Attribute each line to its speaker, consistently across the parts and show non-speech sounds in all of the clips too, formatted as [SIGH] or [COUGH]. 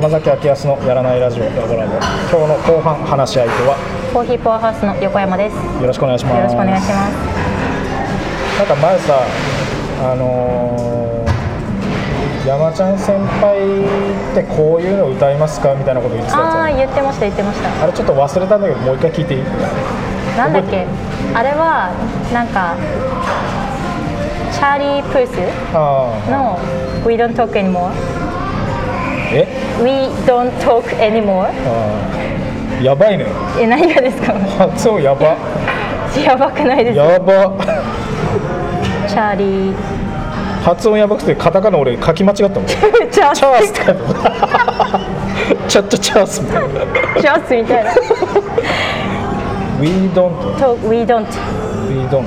Speaker 1: 山崎明康のやらないラジオラボラボ今日の後半話し相手は
Speaker 2: コーヒーポアハウスの横山です。よ
Speaker 1: よろしくお願いします
Speaker 2: ろしくお願いします。
Speaker 1: なんか前さあのー山ちゃん先輩ってこういうの歌いますかみたいなこと言ってたやつ
Speaker 2: あ
Speaker 1: あ
Speaker 2: あ
Speaker 1: る
Speaker 2: ー言ってました言ってました。
Speaker 1: あれちょっと忘れたんだけどもう一回聞いていい
Speaker 2: なんだっけあれはなんかチャーリー・プース
Speaker 1: ああ
Speaker 2: の We don't talk anymore
Speaker 1: え
Speaker 2: We don't talk anymore
Speaker 1: あーやばいね
Speaker 2: え何がですか
Speaker 1: 発音やば
Speaker 2: やばくないですか
Speaker 1: やば
Speaker 2: チャーリー
Speaker 1: 発音やばくてカタカナ俺書き間違ったもんチ
Speaker 2: チャー
Speaker 1: ャース [LAUGHS] かとチャッチャチャースみたいな
Speaker 2: チャースみたいな
Speaker 1: We don't
Speaker 2: talk We don't
Speaker 1: We don't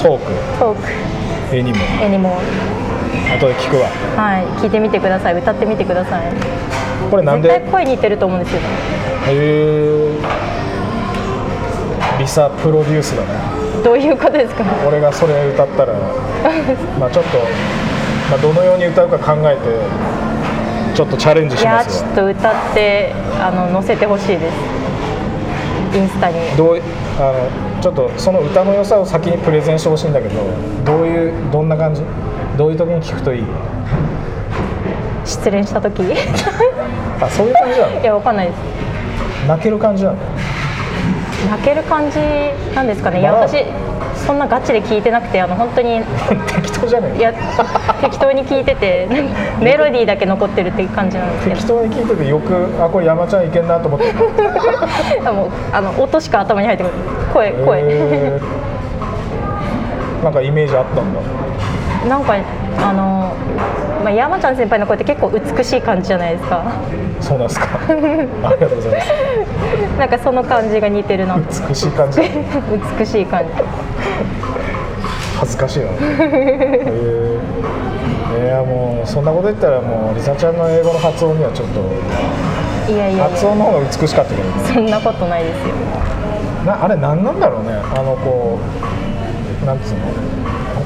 Speaker 1: talk
Speaker 2: talk
Speaker 1: anymore
Speaker 2: anymore
Speaker 1: 後で聞くわ
Speaker 2: はい聞いてみてください歌ってみてください
Speaker 1: これなん
Speaker 2: 絶
Speaker 1: で
Speaker 2: 対声似てると思うんですよ
Speaker 1: へーリサプロデュースだね
Speaker 2: どういうことですか
Speaker 1: 俺がそれ歌 [LAUGHS] ったらまあちょっと、まあ、どのように歌うか考えてちょっとチャレンジ
Speaker 2: い
Speaker 1: しま
Speaker 2: やーち
Speaker 1: す
Speaker 2: ょ
Speaker 1: わ
Speaker 2: っと歌ってあの載せてほしいですインスタに
Speaker 1: どういあのちょっとその歌の良さを先にプレゼンしてほしいんだけどどういうどんな感じどういう時に聞くといい
Speaker 2: 失恋した時 [LAUGHS] い
Speaker 1: あそういう感じなの
Speaker 2: やわかんないです
Speaker 1: 泣ける感じなの [LAUGHS]
Speaker 2: 泣ける感じなんですかねいや
Speaker 1: まあ
Speaker 2: 私そんなガチで聞いてなくてあの本当にい
Speaker 1: 適当じゃねえ
Speaker 2: や適当に聞いて
Speaker 1: [LAUGHS]
Speaker 2: てなんかメロディーだけ残ってるっていう感じなんで
Speaker 1: 適
Speaker 2: すけ
Speaker 1: 当に聞いててよくあこれ山ちゃんいけんなと思って
Speaker 2: どもうあの音しか頭に入ってこない声声、
Speaker 1: へーなんかイメージあったんだ
Speaker 2: なんかあの、まあ、山ちゃん先輩の声って結構美しい感じじゃないですか
Speaker 1: そうなんですかありがとうござい
Speaker 2: なんかその感じが似てるなと
Speaker 1: ます美しい感じ
Speaker 2: 美しい感じ
Speaker 1: 恥ずかしいなへーいやもうそんなこと言ったらもうリサちゃんの英語の発音にはちょっと
Speaker 2: いやいやい
Speaker 1: 発
Speaker 2: や
Speaker 1: 音の方が美しかったけど
Speaker 2: そんなことないですよ
Speaker 1: なあれ何なんだろうねあのこうなんつうの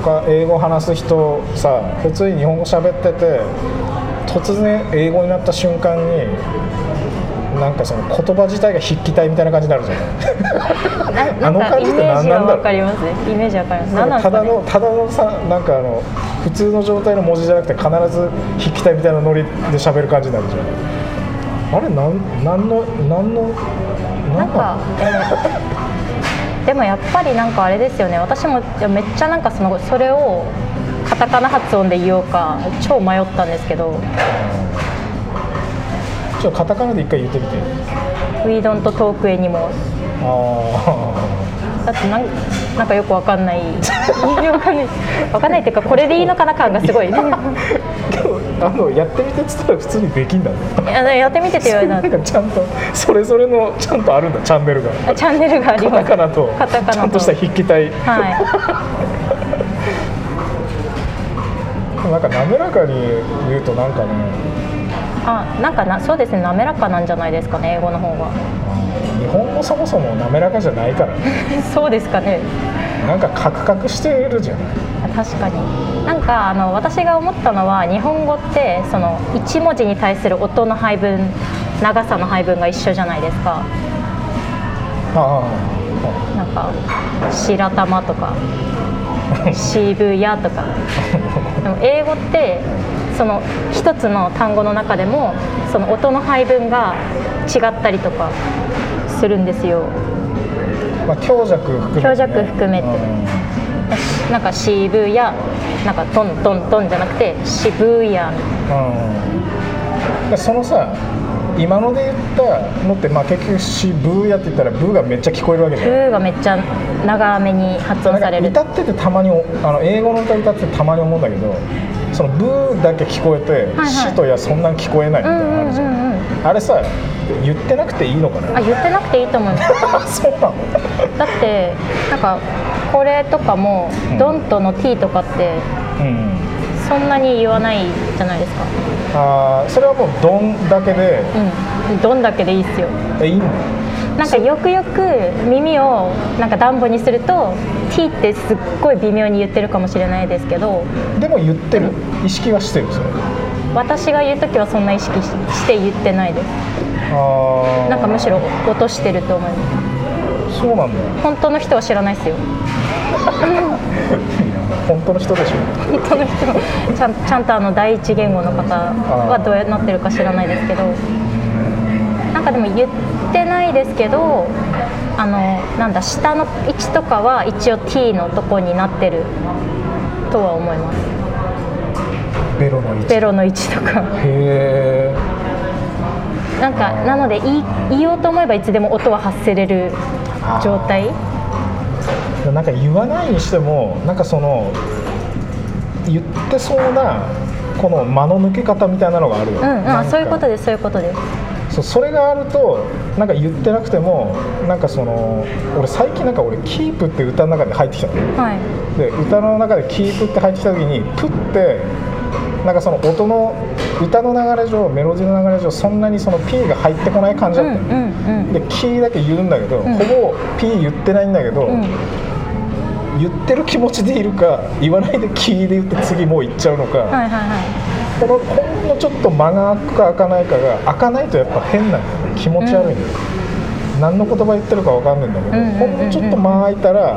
Speaker 1: 他英語話す人さ普通に日本語喋ってて突然英語になった瞬間になんかその言葉自体が筆記体みたいな感じになるじゃない
Speaker 2: な
Speaker 1: あ
Speaker 2: なん
Speaker 1: の
Speaker 2: か
Speaker 1: 感
Speaker 2: イ
Speaker 1: じって
Speaker 2: メー
Speaker 1: 何
Speaker 2: ジ
Speaker 1: な
Speaker 2: が
Speaker 1: んだろう
Speaker 2: わかりますねイメージわかります何なんで
Speaker 1: た
Speaker 2: すか
Speaker 1: だ
Speaker 2: ね
Speaker 1: のただのさなんかあの普通の状態の文字じゃなくて必ず筆記体みたいなノリで喋る感じになるじゃんあれなんなんのなんのな
Speaker 2: な
Speaker 1: な
Speaker 2: んんか
Speaker 1: の
Speaker 2: でもでもやっぱりなんかあれですよね私もいやめっちゃなんかそのそれをカタカナ発音で言おうか超迷ったんですけど
Speaker 1: ちょっとカタカナで一回言ってみて
Speaker 2: 「We don't talk anymore
Speaker 1: あ」
Speaker 2: だってなんなんかよくわかんない
Speaker 1: [LAUGHS]
Speaker 2: わかんないわかんないっていうかこれでいいのかな感がすごいい
Speaker 1: ああのやってみてっつったら普通にできんだね
Speaker 2: ややってみてって言われた
Speaker 1: なん
Speaker 2: んで
Speaker 1: かちゃんとそれぞれのちゃんとあるんだチャンネルが
Speaker 2: あチャンネルがあり
Speaker 1: カ
Speaker 2: ま
Speaker 1: タ
Speaker 2: す
Speaker 1: カナと
Speaker 2: カタカナと
Speaker 1: ちゃんとした筆記体
Speaker 2: はい
Speaker 1: なんか滑らかに言うとなんかね
Speaker 2: あなんかなそうですね滑らかなんじゃないですかね英語の方が
Speaker 1: 日本語そもそも滑らかじゃないから
Speaker 2: そうですかね
Speaker 1: なんかカクカクしてるじゃない
Speaker 2: 確かになんかあの私が思ったのは日本語ってその1文字に対する音の配分長さの配分が一緒じゃないですか
Speaker 1: あ
Speaker 2: なんか「白玉」とか「渋谷」とかでも英語ってその一つの単語の中でもその音の配分が違ったりとかするんですよ
Speaker 1: あ、まあ、強弱含めて、ね、
Speaker 2: 強弱含めて
Speaker 1: うん
Speaker 2: なんか渋谷なんかトントントンじゃなくて渋谷
Speaker 1: うん、そのさ今ので言ったのって、まあ、結局しブーやって言ったらブーがめっちゃ聞こえるわけじゃん
Speaker 2: ブーがめっちゃ長めに発音される
Speaker 1: 歌っててたまにあの英語の歌歌っててたまに思うんだけどそのブーだけ聞こえて、
Speaker 2: はい
Speaker 1: シとやそんなん聞こえないみ
Speaker 2: う
Speaker 1: たい
Speaker 2: んう
Speaker 1: なのある
Speaker 2: ん
Speaker 1: じ
Speaker 2: う
Speaker 1: ゃん、
Speaker 2: んうん
Speaker 1: あれさ言ってなくていいの [LAUGHS] かな
Speaker 2: あ言ってなくていいと思います
Speaker 1: そうなの
Speaker 2: [LAUGHS] だってなんかこれとかも
Speaker 1: う
Speaker 2: 「
Speaker 1: ん
Speaker 2: ドンとの T とかって
Speaker 1: うん
Speaker 2: そんなに言わないじゃないですか
Speaker 1: あーそれはもうドンだけで
Speaker 2: うん「ドン」だけでいいっすよ
Speaker 1: えいいの
Speaker 2: なんかよくよく耳をなんか暖房にすると「T」ってすっごい微妙に言ってるかもしれないですけど
Speaker 1: でも言ってる意識はしてるそれ
Speaker 2: 私が言う時はそんな意識しして言ってないです
Speaker 1: あー
Speaker 2: なんかむしろ落としてると思いま
Speaker 1: そうなんだよ
Speaker 2: す本当の人は知らないですよ
Speaker 1: 本当の人でしょ
Speaker 2: 本当の人ちゃんちゃんとあの第一言語の方はどうなってるか知らないですけどなんかでも言ってないですけどあのなんだ下の位置とかは一応 T のとこになってるとは思います
Speaker 1: ベロの位置
Speaker 2: ベロの位置とか
Speaker 1: へえ
Speaker 2: なんかなので言い言おうと思えばいつでも音は発せれる状態
Speaker 1: なんか言わないにしてもなんかその言ってそうなこの間の抜け方みたいなのがあるよ、
Speaker 2: うんうんあそういうこと
Speaker 1: で
Speaker 2: ですそういうことです
Speaker 1: そうそれがあるとなんか言ってなくてもなんかその俺最近なんか俺「キープって歌の中で入ってきたの
Speaker 2: はい
Speaker 1: で歌の中で「キープって入ってきた時に「プ」ってなんかその音の歌の流れ上メロディの流れ上そんなにその「P」が入ってこない感じ
Speaker 2: う
Speaker 1: だ
Speaker 2: ん
Speaker 1: っ
Speaker 2: う
Speaker 1: たの、
Speaker 2: んうん
Speaker 1: で「キー」だけ言うんだけど、
Speaker 2: ん
Speaker 1: ほぼ「P」言ってないんだけど、
Speaker 2: うん
Speaker 1: 言ってる気持ちでいるか言わないでキーで言って次もう行っちゃうのか、
Speaker 2: はいはいはい
Speaker 1: このほんのちょっと間が空くか開かないかが開かないとやっぱ変なんだよね気持ち悪いんだよ、何の言葉言ってるかわかんないんだけど、
Speaker 2: うんうんうんうん
Speaker 1: ほんのちょっと間空いたら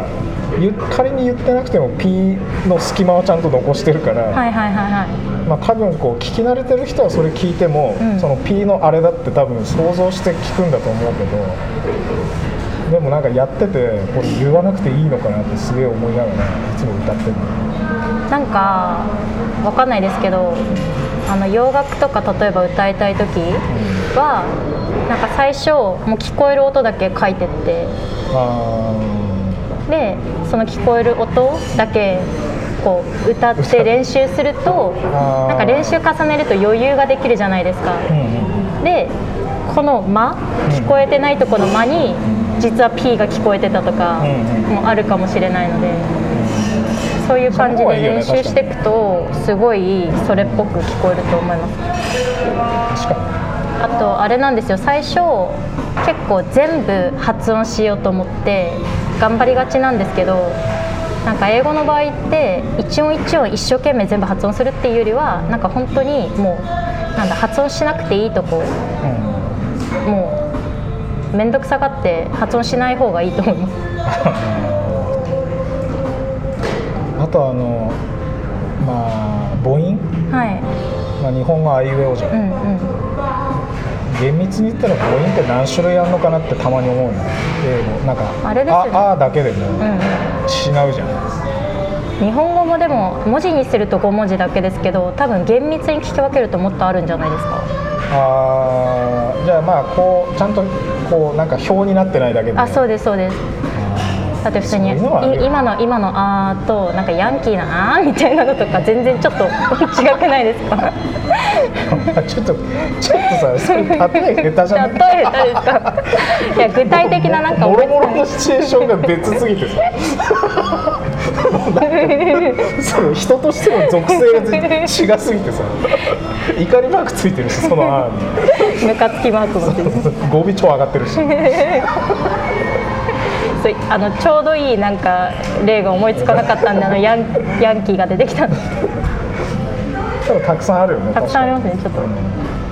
Speaker 1: ゆ仮に言ってなくても P の隙間をちゃんと残してるから、
Speaker 2: はいはいはいはい
Speaker 1: まあ、多分こう聞き慣れてる人はそれ聞いても、
Speaker 2: うん
Speaker 1: その P のあれだって多分想像して聞くんだと思うけどでもなんかやっててこれ言わなくていいのかなってすげえ思いながらいつも歌ってる
Speaker 2: なんかわかんないですけどあの洋楽とか例えば歌いたい時はなんか最初もう聞こえる音だけ書いてって
Speaker 1: あ
Speaker 2: でその聞こえる音だけこう歌って練習すると
Speaker 1: あー
Speaker 2: なんか練習重ねると余裕ができるじゃないですか
Speaker 1: ーうん
Speaker 2: でこの間聞こえてないとこの間に実は P が聞こえてたとか
Speaker 1: うん
Speaker 2: もあるかもしれないのでそういう感じで練習していくとすごいそれっぽく聞こえると思います
Speaker 1: 確か
Speaker 2: あとあれなんですよ最初結構全部発音しようと思って頑張りがちなんですけどなんか英語の場合って一音一音一生懸命全部発音するっていうよりはなんか本当にもうなんだ発音しなくていいと
Speaker 1: に、
Speaker 2: こ
Speaker 1: うん
Speaker 2: もう面倒くさがって発音しない方がいいと思います
Speaker 1: あとあのまあ母音、
Speaker 2: はい
Speaker 1: まあ、日本語あいうえおじゃん、
Speaker 2: うんうん
Speaker 1: 厳密に言ったら母音って何種類あるのかなってたまに思うの英語なんか
Speaker 2: あれですよね
Speaker 1: ああ」だけでも
Speaker 2: うんうん
Speaker 1: 違うじゃん、
Speaker 2: 日本語もでも文字にすると5文字だけですけど多分厳密に聞き分けるともっとあるんじゃないですか
Speaker 1: あーじゃあまあこうちゃんとこうなんか表になってないだけで
Speaker 2: あそうですそうですだって普通
Speaker 1: そ
Speaker 2: に
Speaker 1: うい
Speaker 2: い
Speaker 1: うのはあるよ
Speaker 2: 今の今の「あ」となんかヤンキーな「あ」みたいなのとか全然ちょっと違くないです
Speaker 1: [LAUGHS]
Speaker 2: か
Speaker 1: [LAUGHS] ちょっとちょっとさそれ例え下手じゃない
Speaker 2: 例え誰ですかいや具体的ななんか
Speaker 1: も
Speaker 2: 思い
Speaker 1: ろ
Speaker 2: つ
Speaker 1: も
Speaker 2: かな
Speaker 1: ろ
Speaker 2: い
Speaker 1: のシチュエーションが別すぎ
Speaker 2: [LAUGHS]
Speaker 1: てさその人としての属性が全然違すぎてさ怒りマークついてるしその案に
Speaker 2: ムカつきマークもついて
Speaker 1: 語尾超上がってるし
Speaker 2: そうあのちょうどいいなんか例が思いつかなかったんであのヤンヤンキーが出てきたんで
Speaker 1: 多分たくさんあるよね
Speaker 2: たくさんありますねちょっと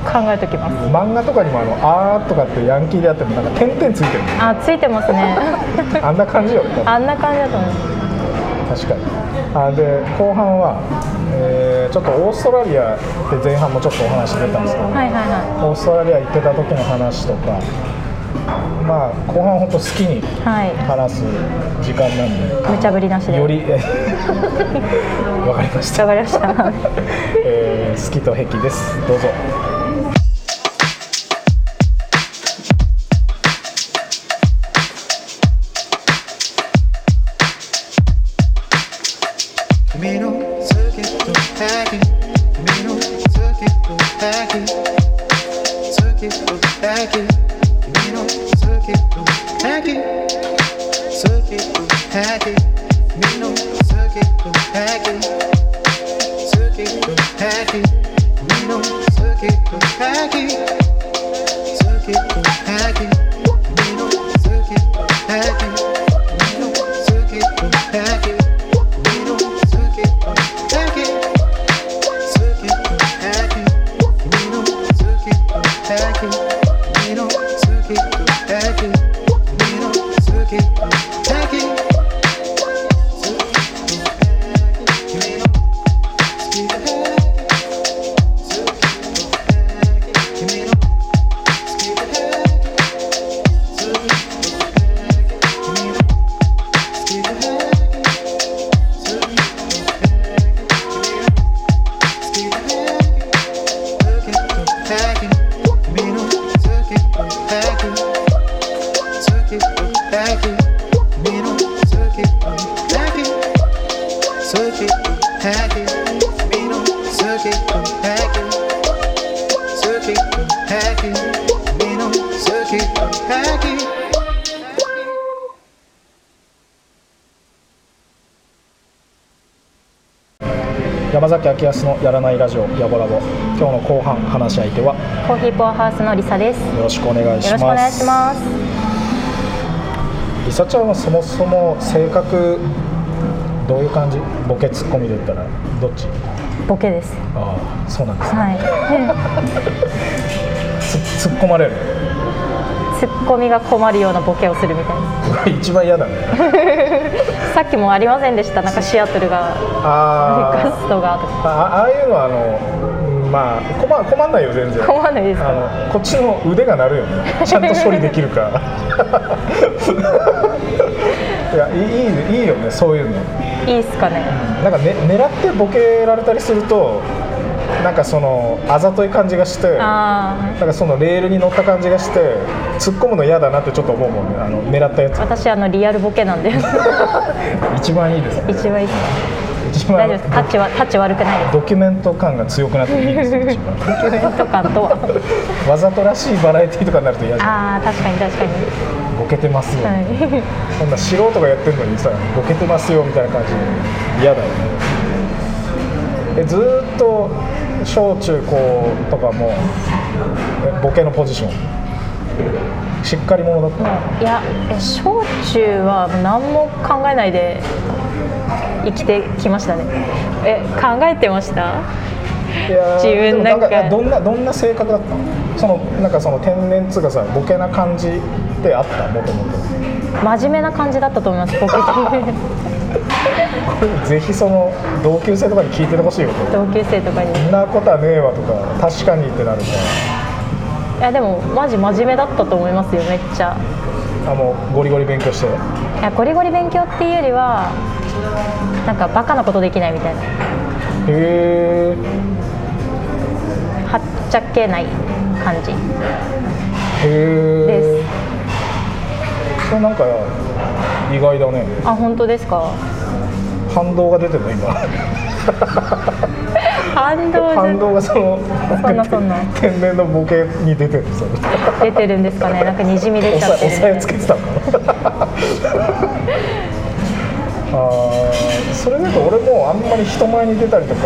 Speaker 2: 考えときます
Speaker 1: 確かに漫画とかにもあの「あー」とかってヤンキーであってもなんか点々ついてる
Speaker 2: あついてますね
Speaker 1: あんな感じよね
Speaker 2: [LAUGHS] あんな感じだと思います
Speaker 1: 確かにあで後半は、えーちょっとオーストラリアって前半もちょっとお話出たんですけど、
Speaker 2: はいはいは
Speaker 1: オーストラリア行ってた時の話とかまあ後半本当好きに
Speaker 2: いは
Speaker 1: 話す時間なん
Speaker 2: い無茶ぶりなし
Speaker 1: で
Speaker 2: で
Speaker 1: よりえ [LAUGHS] わかりました、
Speaker 2: わかりました
Speaker 1: えー好きと癖ですどうぞ
Speaker 3: 君の好きと敵君の好きと敵好きと敵君の好きと敵好きと敵君の好きと敵好きと敵君の好きと敵好きと敵君の好きと敵君の好きと敵 Thank you. circuit through packet, amino circuit through packet, circuit through packet, amino circuit through packet.
Speaker 1: 山崎明康のやらないラジオやぼラボ今日の後半話し相手はよ
Speaker 2: コーヒーポアハウスのリサですよ
Speaker 1: ろしくお願い
Speaker 2: ろ
Speaker 1: し
Speaker 2: し
Speaker 1: ま
Speaker 2: く
Speaker 1: す
Speaker 2: お願いします
Speaker 1: リサちゃんはそもそも性格どういう感じボケツッコミで言ったらどっち
Speaker 2: ボケです
Speaker 1: ああそうなんですね
Speaker 2: はい
Speaker 1: つ突っ込まれる
Speaker 2: ツッコミが困るようなボケをするみたいな
Speaker 1: 一番嫌だね
Speaker 2: さっきもありませんでしたなんかシアトルがガ
Speaker 1: あ
Speaker 2: ストがとか
Speaker 1: ああああいうのはあのうんまあ困困んないよ全然
Speaker 2: 困らないですか
Speaker 1: あのこっちの腕が鳴るよねちゃんと処理できるからいやいいいいいいよねそういうの
Speaker 2: いいっすかね
Speaker 1: なんか、ね、狙ってボケられたりするとなんかそのあざとい感じがしてな
Speaker 2: あ
Speaker 1: んかそのレールに乗った感じがして突っ込むの嫌だなってちょっと思うもんねあの狙ったや
Speaker 2: あ私あのリアルボケなんで
Speaker 1: つ一番いいですね
Speaker 2: 一番いいっす
Speaker 1: 一
Speaker 2: 大
Speaker 1: 番
Speaker 2: 丈夫ですタッチはタッチ悪くないです
Speaker 1: ドキュメント感が強くなっていいですね一番
Speaker 2: コメント感とは
Speaker 1: わざとらしいバラエティーとかになると嫌じゃん
Speaker 2: ああ確かに確かに
Speaker 1: ボケてますよ、
Speaker 2: はい
Speaker 1: そんな素人がやってるのにさボケてますよみたいな感じで嫌だよねえずーっと小中高とかもえボケのポジションしっかり者だった
Speaker 2: いやえ小中はもう何も考えないで生きてきましたねえ考えてました
Speaker 1: いやー
Speaker 2: 自分
Speaker 1: でも
Speaker 2: なんか
Speaker 1: どんなどんな性格だったのそのなんかその天然っつうかさボケな感じってあったもともと
Speaker 2: 真面目な感じだったと思います僕 [LAUGHS]
Speaker 1: ぜひその同級生とかに聞いててほしいよと
Speaker 2: 同級生とかにい
Speaker 1: そんなことはねえわとか確かにってなるから
Speaker 2: やでもマジ真面目だったと思いますよめっちゃ
Speaker 1: あもうゴリゴリ勉強して
Speaker 2: いやゴリゴリ勉強っていうよりはなんかバカなことできないみたいな
Speaker 1: へ
Speaker 2: はっちゃけない感じ
Speaker 1: えへえそれなんか意外だね
Speaker 2: あ本当ですか
Speaker 1: 反動が出てるの今
Speaker 2: 反動
Speaker 1: 反動がその
Speaker 2: そんなそんな
Speaker 1: 天然のボケに出てるそれ
Speaker 2: 出てるんですかねなんかにじみ出
Speaker 1: 押
Speaker 2: ちゃ
Speaker 1: さ
Speaker 2: って
Speaker 1: 押
Speaker 2: るみ
Speaker 1: さ
Speaker 2: たい
Speaker 1: え
Speaker 2: な
Speaker 1: つけてたのかな [LAUGHS] あーそれだと俺もあんまり人前に出たりとか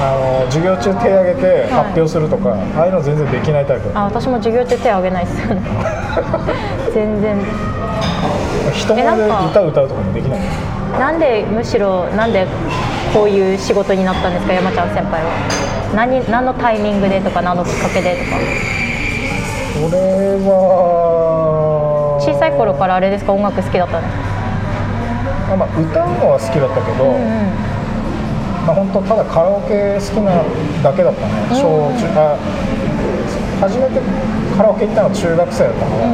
Speaker 1: あの授業中手挙げて発表するとか、ああいうの全然できないタイプ
Speaker 2: あ私も授業中手挙げないですよね [LAUGHS] 全然
Speaker 1: 人前で
Speaker 2: えなんか
Speaker 1: 歌歌うとかもできない
Speaker 2: なんでむしろなんでこういう仕事になったんですか山ちゃん先輩は何何のタイミングでとか何のきっかけでとか
Speaker 1: 俺は
Speaker 2: 小さい頃からあれですか音楽好きだったね
Speaker 1: あ、まあ、歌うのは好きだったけど、
Speaker 2: うん
Speaker 1: まあ、本当ただカラオケ好きなだけだったね、小中あ初めてカラオケ行ったのは中学生だったから、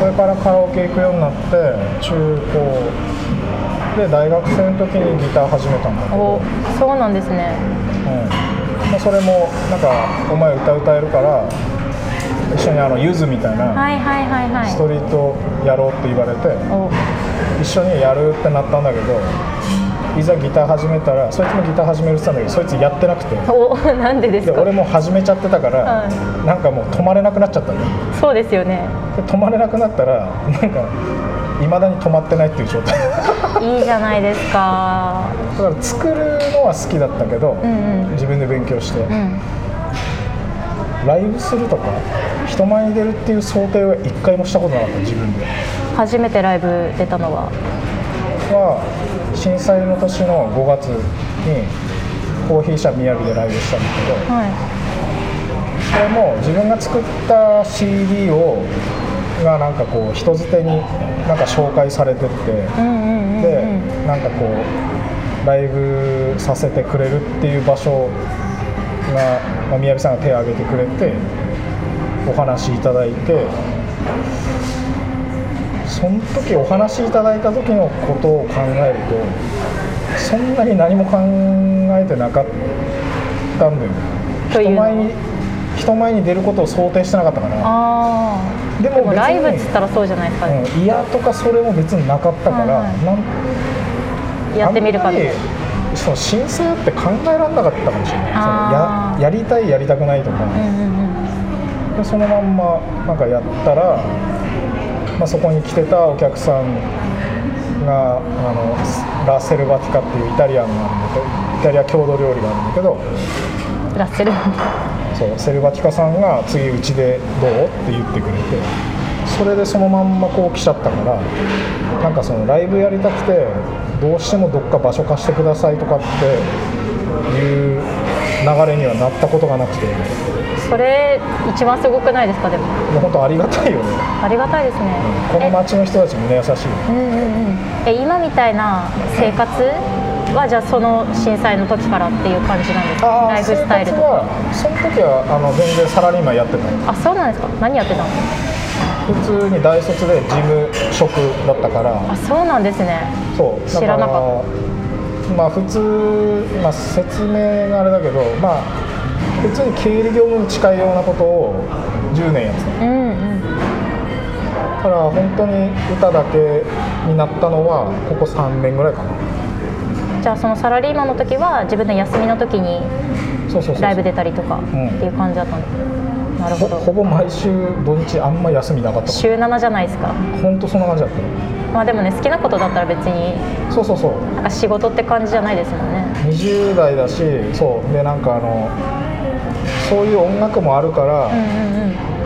Speaker 1: それからカラオケ行くようになって中高で大学生の時にギター始めたんだけど、
Speaker 2: おそうなんですね
Speaker 1: うんまあ、それもなんか「お前歌歌えるから一緒にあのゆずみたいな
Speaker 2: はいはいはいは
Speaker 1: スト
Speaker 2: い
Speaker 1: リートやろう」って言われて、
Speaker 2: お
Speaker 1: 一緒にやるってなったんだけどいざギター始めたらそいつもギター始めるって言ってたんだけどそいつやってなくて
Speaker 2: おなんでです
Speaker 1: で
Speaker 2: か
Speaker 1: 俺も始めちゃってたから、
Speaker 2: はい
Speaker 1: なんかもう止まれなくなっちゃったのよ
Speaker 2: そうですよね
Speaker 1: で止まれなくなったらなんかいまだに止まってないっていう状態 [LAUGHS] だ
Speaker 2: いいじゃないですか
Speaker 1: から作るのは好きだったけど、
Speaker 2: んうん
Speaker 1: 自分で勉強して、
Speaker 2: うん
Speaker 1: ライブするとか人前に出るっていう想定は一回もしたことなかった自分で
Speaker 2: 初めてライブ出たのは
Speaker 1: は震災の年の5月にコーヒー社宮城でライブしたんだけど、
Speaker 2: は
Speaker 1: それも自分が作った CD をがなんかこう人づてになんか紹介されてって、
Speaker 2: いうんうんうん
Speaker 1: でなんかこうライブさせてくれるっていう場所が、まあ、宮城さんが手を挙げてくれてお話いただいてその時お話いただいた時のことを考えるとそんなに何も考えてなかったんだよね
Speaker 2: とい
Speaker 1: 人
Speaker 2: うのは
Speaker 1: 前に人前に出ることを想定してなかったから
Speaker 2: ああ
Speaker 1: でも別に
Speaker 2: ライブっつったらそうじゃないですか、
Speaker 1: うん嫌とかそれも別になかったから、
Speaker 2: はいはい
Speaker 1: なん
Speaker 2: やってみるかと
Speaker 1: あんまりその申請って考えられなかったかもしれないそ
Speaker 2: あー
Speaker 1: のややりたいやりたくないとか、
Speaker 2: うんうんうん
Speaker 1: でそのまんまなんかやったら、まあ、そこに来てたお客さんがあのラッセルバティカっていうイタリアンなんだけどイタリア郷土料理があるんだけど
Speaker 2: ラッセル
Speaker 1: そうセルバティカさんが次うちでどうって言ってくれてそれでそのまんまこう来ちゃったからなんかそのライブやりたくてどうしてもどっか場所貸してくださいとかっていう流れにはなったことがなくても
Speaker 2: それ一番すごくないですかでも
Speaker 1: う本当ありがたいよね
Speaker 2: ありがたいですね
Speaker 1: この町の人たちみんな優しい
Speaker 2: えうんうんうんえ今みたいな生活はじゃあその震災の時からっていう感じなんです
Speaker 1: あ
Speaker 2: か
Speaker 1: ー
Speaker 2: ライフスタイルと
Speaker 1: 生活はその
Speaker 2: か
Speaker 1: 時はあの全然サラリーマンやってない
Speaker 2: あそうなんですか何やってたの
Speaker 1: 普通に大卒で事務職だったから
Speaker 2: あそうなんですね
Speaker 1: そう
Speaker 2: 知らなかっ
Speaker 1: まあ普通、まあ、説明があれだけどまあ普通に経理業務に近いようなことを10年やってた
Speaker 2: うんうん
Speaker 1: だから本当に歌だけになったのはここ3年ぐらいかな
Speaker 2: じゃあそのサラリーマンの時は自分の休みの時に
Speaker 1: そうそうそう
Speaker 2: ライブ出たりとかって
Speaker 1: ん
Speaker 2: いう感じだったんです、なる
Speaker 1: ほ
Speaker 2: ほ
Speaker 1: ほ
Speaker 2: ど
Speaker 1: ぼ毎週土日あんま休みなかった
Speaker 2: 週7じゃないですか
Speaker 1: 本当そんな感じだった
Speaker 2: まあでもね好きなことだったら別に
Speaker 1: そうそうそう
Speaker 2: なんか仕事って感じじゃないですもんね
Speaker 1: 20代だしそうでなんかあのそういう音楽もあるから、
Speaker 2: うんうんうん
Speaker 1: うん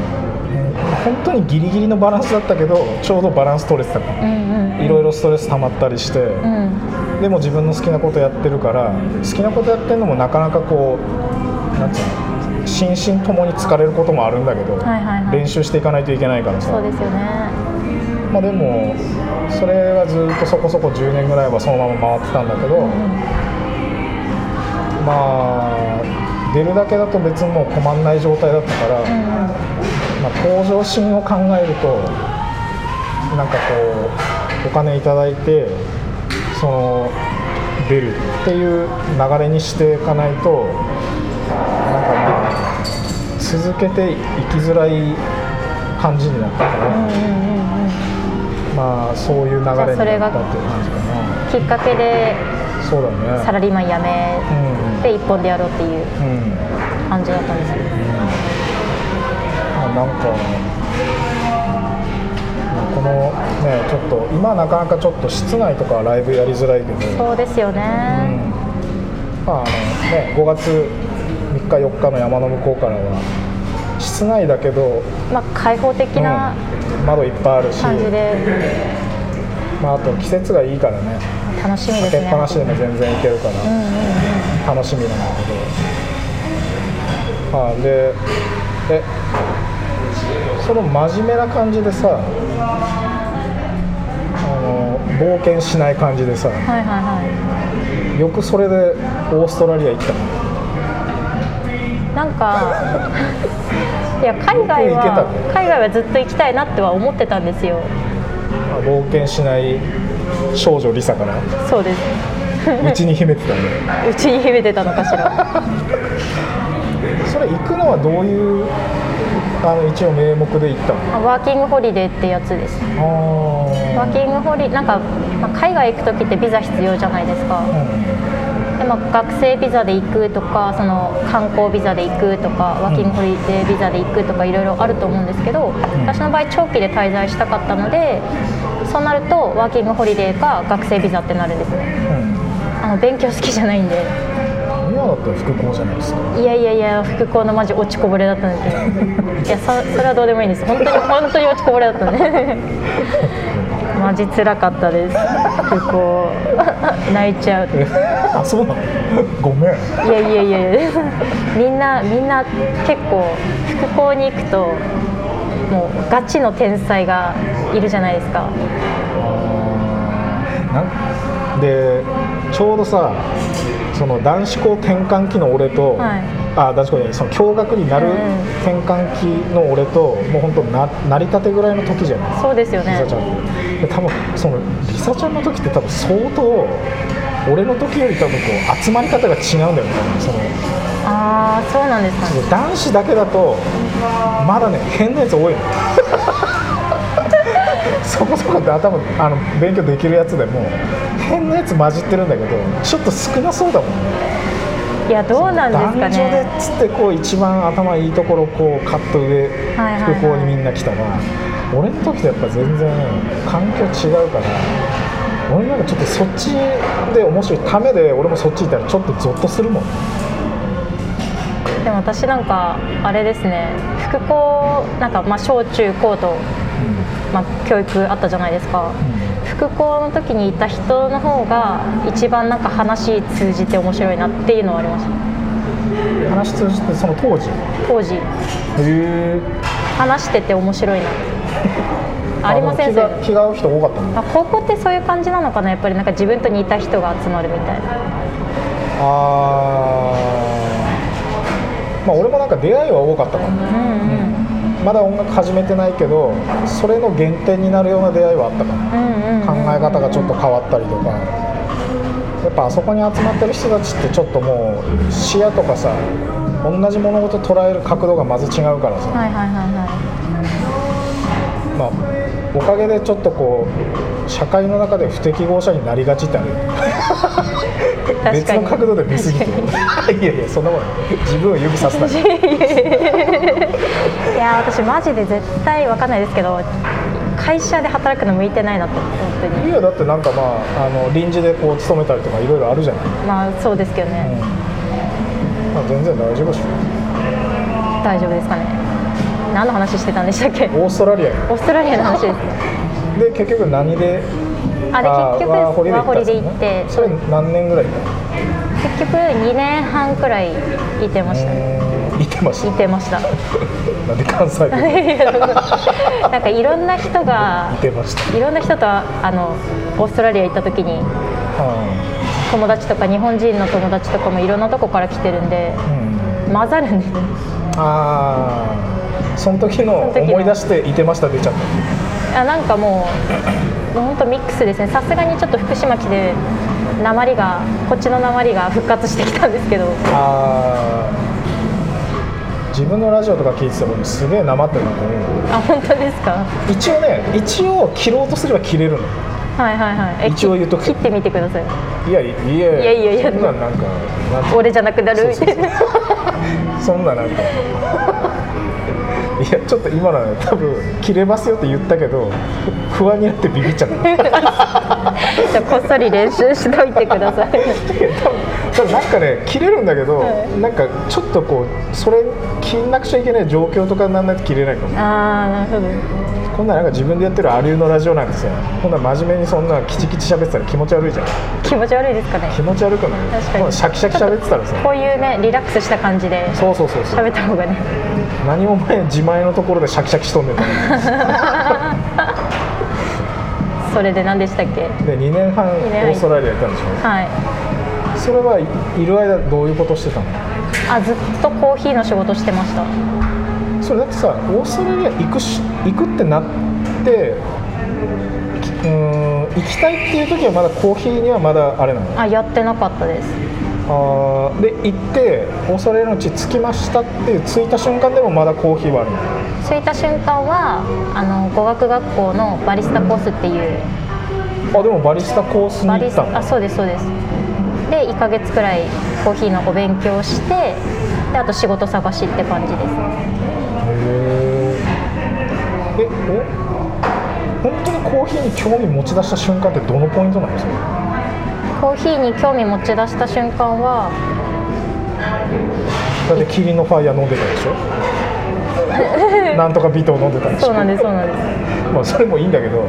Speaker 1: 本当にギリギリのバランスだったけどちょうどバランス取れてたから
Speaker 2: うん
Speaker 1: いろいろストレス溜まったりして、
Speaker 2: うんうん
Speaker 1: でも自分の好きなことやってるから好きなことやってるのもなかなかこうなんつうの心身ともに疲れることもあるんだけど、
Speaker 2: はいはいはい
Speaker 1: 練習していかないといけないからさ
Speaker 2: そうですよね
Speaker 1: まあ、でもそれはずっとそこそこ10年ぐらいはそのまま回ってたんだけど、まあ出るだけだと別にもう困んない状態だったから、まあ、向上心を考えるとなんかこうお金いただいてその出るっていう流れにしていかないとなんか続けて生きづらい感じになったから。まあそういう流れになったっていう感じかな
Speaker 2: きっかけで
Speaker 1: そうだね
Speaker 2: サラリーマン辞め
Speaker 1: うん
Speaker 2: て一本でやろうってい
Speaker 1: う
Speaker 2: う
Speaker 1: ん
Speaker 2: 感じだったんですよ
Speaker 1: まあなんかこのねちょっと今なかなかちょっと室内とかライブやりづらいけど、うん
Speaker 2: そうですよね
Speaker 1: まああのね5月3日4日の山の向こうからは室内だけど、
Speaker 2: まあ開放的
Speaker 1: うん
Speaker 2: な
Speaker 1: 窓いっぱいあるし、
Speaker 2: 感じで
Speaker 1: まあ、あと季節がいいからね
Speaker 2: 楽しみです
Speaker 1: 開けっ
Speaker 2: ね
Speaker 1: ぱなしでも全然いけるから、楽しみなんだけど、あ、でえその真面目な感じでさあの冒険しない感じでさ
Speaker 2: はいはいは
Speaker 1: よくそれでオーストラリア行ったの
Speaker 2: いなん
Speaker 1: [LAUGHS]
Speaker 2: かいや海外
Speaker 1: よく行けたね
Speaker 2: は海外はずっと行きたいなっては思ってたんですよ
Speaker 1: あ冒険しない少女リサから
Speaker 2: [LAUGHS]
Speaker 1: う
Speaker 2: そうです
Speaker 1: ちに秘めてたね
Speaker 2: うちに秘めてたのかしら
Speaker 1: [LAUGHS] それ行くのはどういうあの一応名目で行ったの
Speaker 2: あワーキングホリデーってやつですワ
Speaker 1: あ
Speaker 2: ーキングホリなんか、まあ海外行く時ってビザ必要じゃないですか
Speaker 1: ーうん
Speaker 2: で、まあ学生ビザで行くとかその観光ビザで行くとかワーキングホリデービザで行くとかいろいろあると思うんですけど、私の場合長期で滞在したかったのでそうなるとワーキングホリデーか学生ビザってなるんですね
Speaker 1: うん
Speaker 2: あの勉強好きじゃないんで
Speaker 1: 今だったら副校じゃないですか
Speaker 2: いやいやいや副校のマジ落ちこぼれだったん [LAUGHS] ですけどいやそそれはどうでもいいんです本当に本当に落ちこぼれだったんで [LAUGHS] マジ辛かったです副校泣いちゃう
Speaker 1: え [LAUGHS] あそうなのごめん
Speaker 2: いやいやいやいやみんなみんな結構副校に行くともうガチの天才がいるじゃないですか
Speaker 1: なんでちょうどさその男子校転換期の俺と、
Speaker 2: はい
Speaker 1: あ男子校じゃないその共学になる
Speaker 2: うんうん
Speaker 1: 転換期の俺と、もう本当な成り立てぐらいの時じゃない
Speaker 2: そうですよ
Speaker 1: リ
Speaker 2: ね
Speaker 1: サちゃんで多分そのリサちゃんの時って多分相当俺の時より多分こう集まり方が違うんだよね多分その
Speaker 2: ああそうなんですか
Speaker 1: そ
Speaker 2: ね
Speaker 1: の男子だけだとまだね変なやつ多いの [LAUGHS] そこそこって頭あの勉強できるやつでも辺のやつ混じってるんだけどちょっと少なそうだもんね
Speaker 2: いやどうなんですか
Speaker 1: 男女で
Speaker 2: ね
Speaker 1: っつってこう一番頭いいところこうカット上
Speaker 2: はいはいはい
Speaker 1: 副校にみんな来たら、俺の時とやっぱ全然環境違うから俺なんかちょっとそっちで面白いためで俺もそっちいたらちょっとゾッとするもん
Speaker 2: でも私なんかあれですね副校なんかまあ小中高と、まあ、教育あったじゃないですか、副校の時にいた人の方が一番なんか話通じて面白いなっていうのはありました
Speaker 1: 話通じてその当時へ
Speaker 2: 当時
Speaker 1: え
Speaker 2: 話してて面白いな [LAUGHS] ありませ
Speaker 1: 気
Speaker 2: んそ
Speaker 1: が
Speaker 2: ういうの
Speaker 1: 気が合う人多かったもん
Speaker 2: あ高校ってそういう感じなのかなやっぱりなんか自分と似た人が集まるみたいな
Speaker 1: あーまあ俺もなんか出会いは多かったかも
Speaker 2: うんうん
Speaker 1: まだ音楽始めてないけどそれの原点になるような出会いはあったかも
Speaker 2: うんうん
Speaker 1: 考え方がちょっと変わったりとかやっぱあそこに集まってる人たちってちょっともう視野とかさ同じ物事捉える角度がまず違うからさ、
Speaker 2: はいはいはいは
Speaker 1: まあ、おかげでちょっとこう社会の中で不適合者になりがちってある
Speaker 2: 確かに
Speaker 1: 別の角度で見すぎてい
Speaker 2: [LAUGHS]
Speaker 1: やいやそんなもん自分を指さすな
Speaker 2: いいやー私マジで絶対わかんないですけど会社で働くの向いてないなと本当
Speaker 1: い
Speaker 2: に
Speaker 1: やだってなんかまああの臨時でこう勤めたりとかいろいろあるじゃない、
Speaker 2: まあそうですけどね、
Speaker 1: まあ、全然大丈夫でしょ
Speaker 2: 大丈夫ですかね何の話してたんでしたっけ [LAUGHS]
Speaker 1: オーストラリアよ
Speaker 2: オーストラリアの話ですね
Speaker 1: で結局何で
Speaker 2: あで結局
Speaker 1: ワーホリで
Speaker 2: ワーホリで
Speaker 1: 行
Speaker 2: 行
Speaker 1: っ
Speaker 2: った
Speaker 1: ん
Speaker 2: て
Speaker 1: ですねそれ何年ぐらいいたの
Speaker 2: 結局2年半くらいいてましたね
Speaker 1: いてまし
Speaker 2: いてました [LAUGHS]
Speaker 1: たなんで関西で
Speaker 2: なんかいろんな人が
Speaker 1: いてました、
Speaker 2: いろんな人とあのオーストラリア行った時に
Speaker 1: は
Speaker 2: 友達とか日本人の友達とかもいろんなとこから来てるんで
Speaker 1: いうん、
Speaker 2: 混ざるんですね
Speaker 1: ああその時の
Speaker 2: その時の
Speaker 1: 思い出していてました出ちゃっ
Speaker 2: あなんかもう本当ミックスですねさすがにちょっと福島来て鉛がこっちの鉛が復活してきたんですけど
Speaker 1: たあー自分のラジオとか聞いててもすげえなまってるなと思う
Speaker 2: あ本当ですか
Speaker 1: 一応ね一応切ろうとすれば切れるの
Speaker 2: はいはいはいえ
Speaker 1: 一応言っとく
Speaker 2: 切切ってみてください
Speaker 1: いやいやい
Speaker 2: やいやいや
Speaker 1: そんなんなんかなんか
Speaker 2: 俺じゃなくなるみたいな
Speaker 1: そんななんかいやちょっと今のは多分切れますよって言ったけど不安になってビビっ
Speaker 2: [LAUGHS]
Speaker 1: ちゃったいや
Speaker 2: [LAUGHS] じゃあこっそり練習しといてください
Speaker 1: 多分多分なんかね切れるんだけど、
Speaker 2: はい
Speaker 1: なんかちょっとこうそれ切んなくちゃいけない状況とかになんないと切れないかも
Speaker 2: ああなるほど
Speaker 1: こんなんなんか自分でやってるアリューのラジオなんですよこんなん真面目にそんなキチキチ喋ってたら気持ち悪いじゃん
Speaker 2: 気持ち悪いですかね
Speaker 1: 気持ち悪くない
Speaker 2: 確かに
Speaker 1: こんなんシャキシャキ喋ってたらさ
Speaker 2: [LAUGHS] こういうねリラックスした感じで
Speaker 1: そうそうそうそう
Speaker 2: 喋った方がね
Speaker 1: 何も前自前のところでシャキシャキしとんねんから
Speaker 2: それで何でしたっけ
Speaker 1: で2年半オ
Speaker 2: 年半
Speaker 1: ーストラリア行ったんでしょ
Speaker 2: はい
Speaker 1: それはいいる間どういうことしてたの
Speaker 2: あずっとコーヒーの仕事してました
Speaker 1: それだってさオーストラリア行くし行くってなってきうーん行きたいっていう時はまだコーヒーにはまだあれなの
Speaker 2: あやってなかったです
Speaker 1: あーで行ってオーストラリアの地着きましたっていう着いた瞬間でもまだコーヒーはあるの
Speaker 2: 着いた瞬間はあの語学学校のバリスタコースっていう
Speaker 1: あでもバリスタコースに
Speaker 2: バ
Speaker 1: 行
Speaker 2: リ
Speaker 1: っ
Speaker 2: ス
Speaker 1: たの
Speaker 2: タあそうですそうですで1ヶ月くらいコーヒーのお勉強をしてであと仕事探しって感じです
Speaker 1: へーえお本当にコーヒーに興味持ち出した瞬間ってどのポイントなんですか
Speaker 2: コーヒーに興味持ち出した瞬間は
Speaker 1: だってキリンのファイヤー飲んでたで
Speaker 2: [LAUGHS]
Speaker 1: しょなんとかビートを飲んでたでしょ
Speaker 2: そうなんですそうなんです
Speaker 1: まあそれもいいんだけど、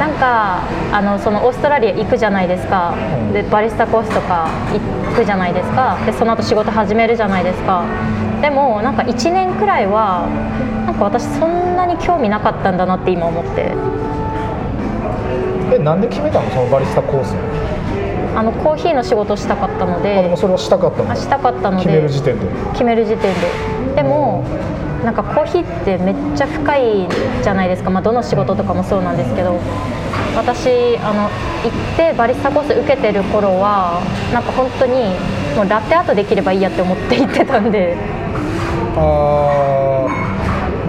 Speaker 2: なんかあのそのオーストラリア行くじゃないですか、
Speaker 1: うん
Speaker 2: でバリスタコースとか行くじゃないですかでその後仕事始めるじゃないですかでもなんか1年くらいはなんか私そんなに興味なかったんだなって今思って
Speaker 1: えなんで決めたのそのバリスタコースを
Speaker 2: あのコーヒーの仕事したかったの
Speaker 1: あで
Speaker 2: で
Speaker 1: もそれはしたかったの
Speaker 2: あしたかったので
Speaker 1: 決める時点で
Speaker 2: 決める時点ででもなんかコーヒーってめっちゃ深いじゃないですか、まあ、どの仕事とかもそうなんですけど私あの行ってバリスタコース受けてる頃はなんか本当にもうラテアートできればいいやって思って行ってたんで
Speaker 1: あ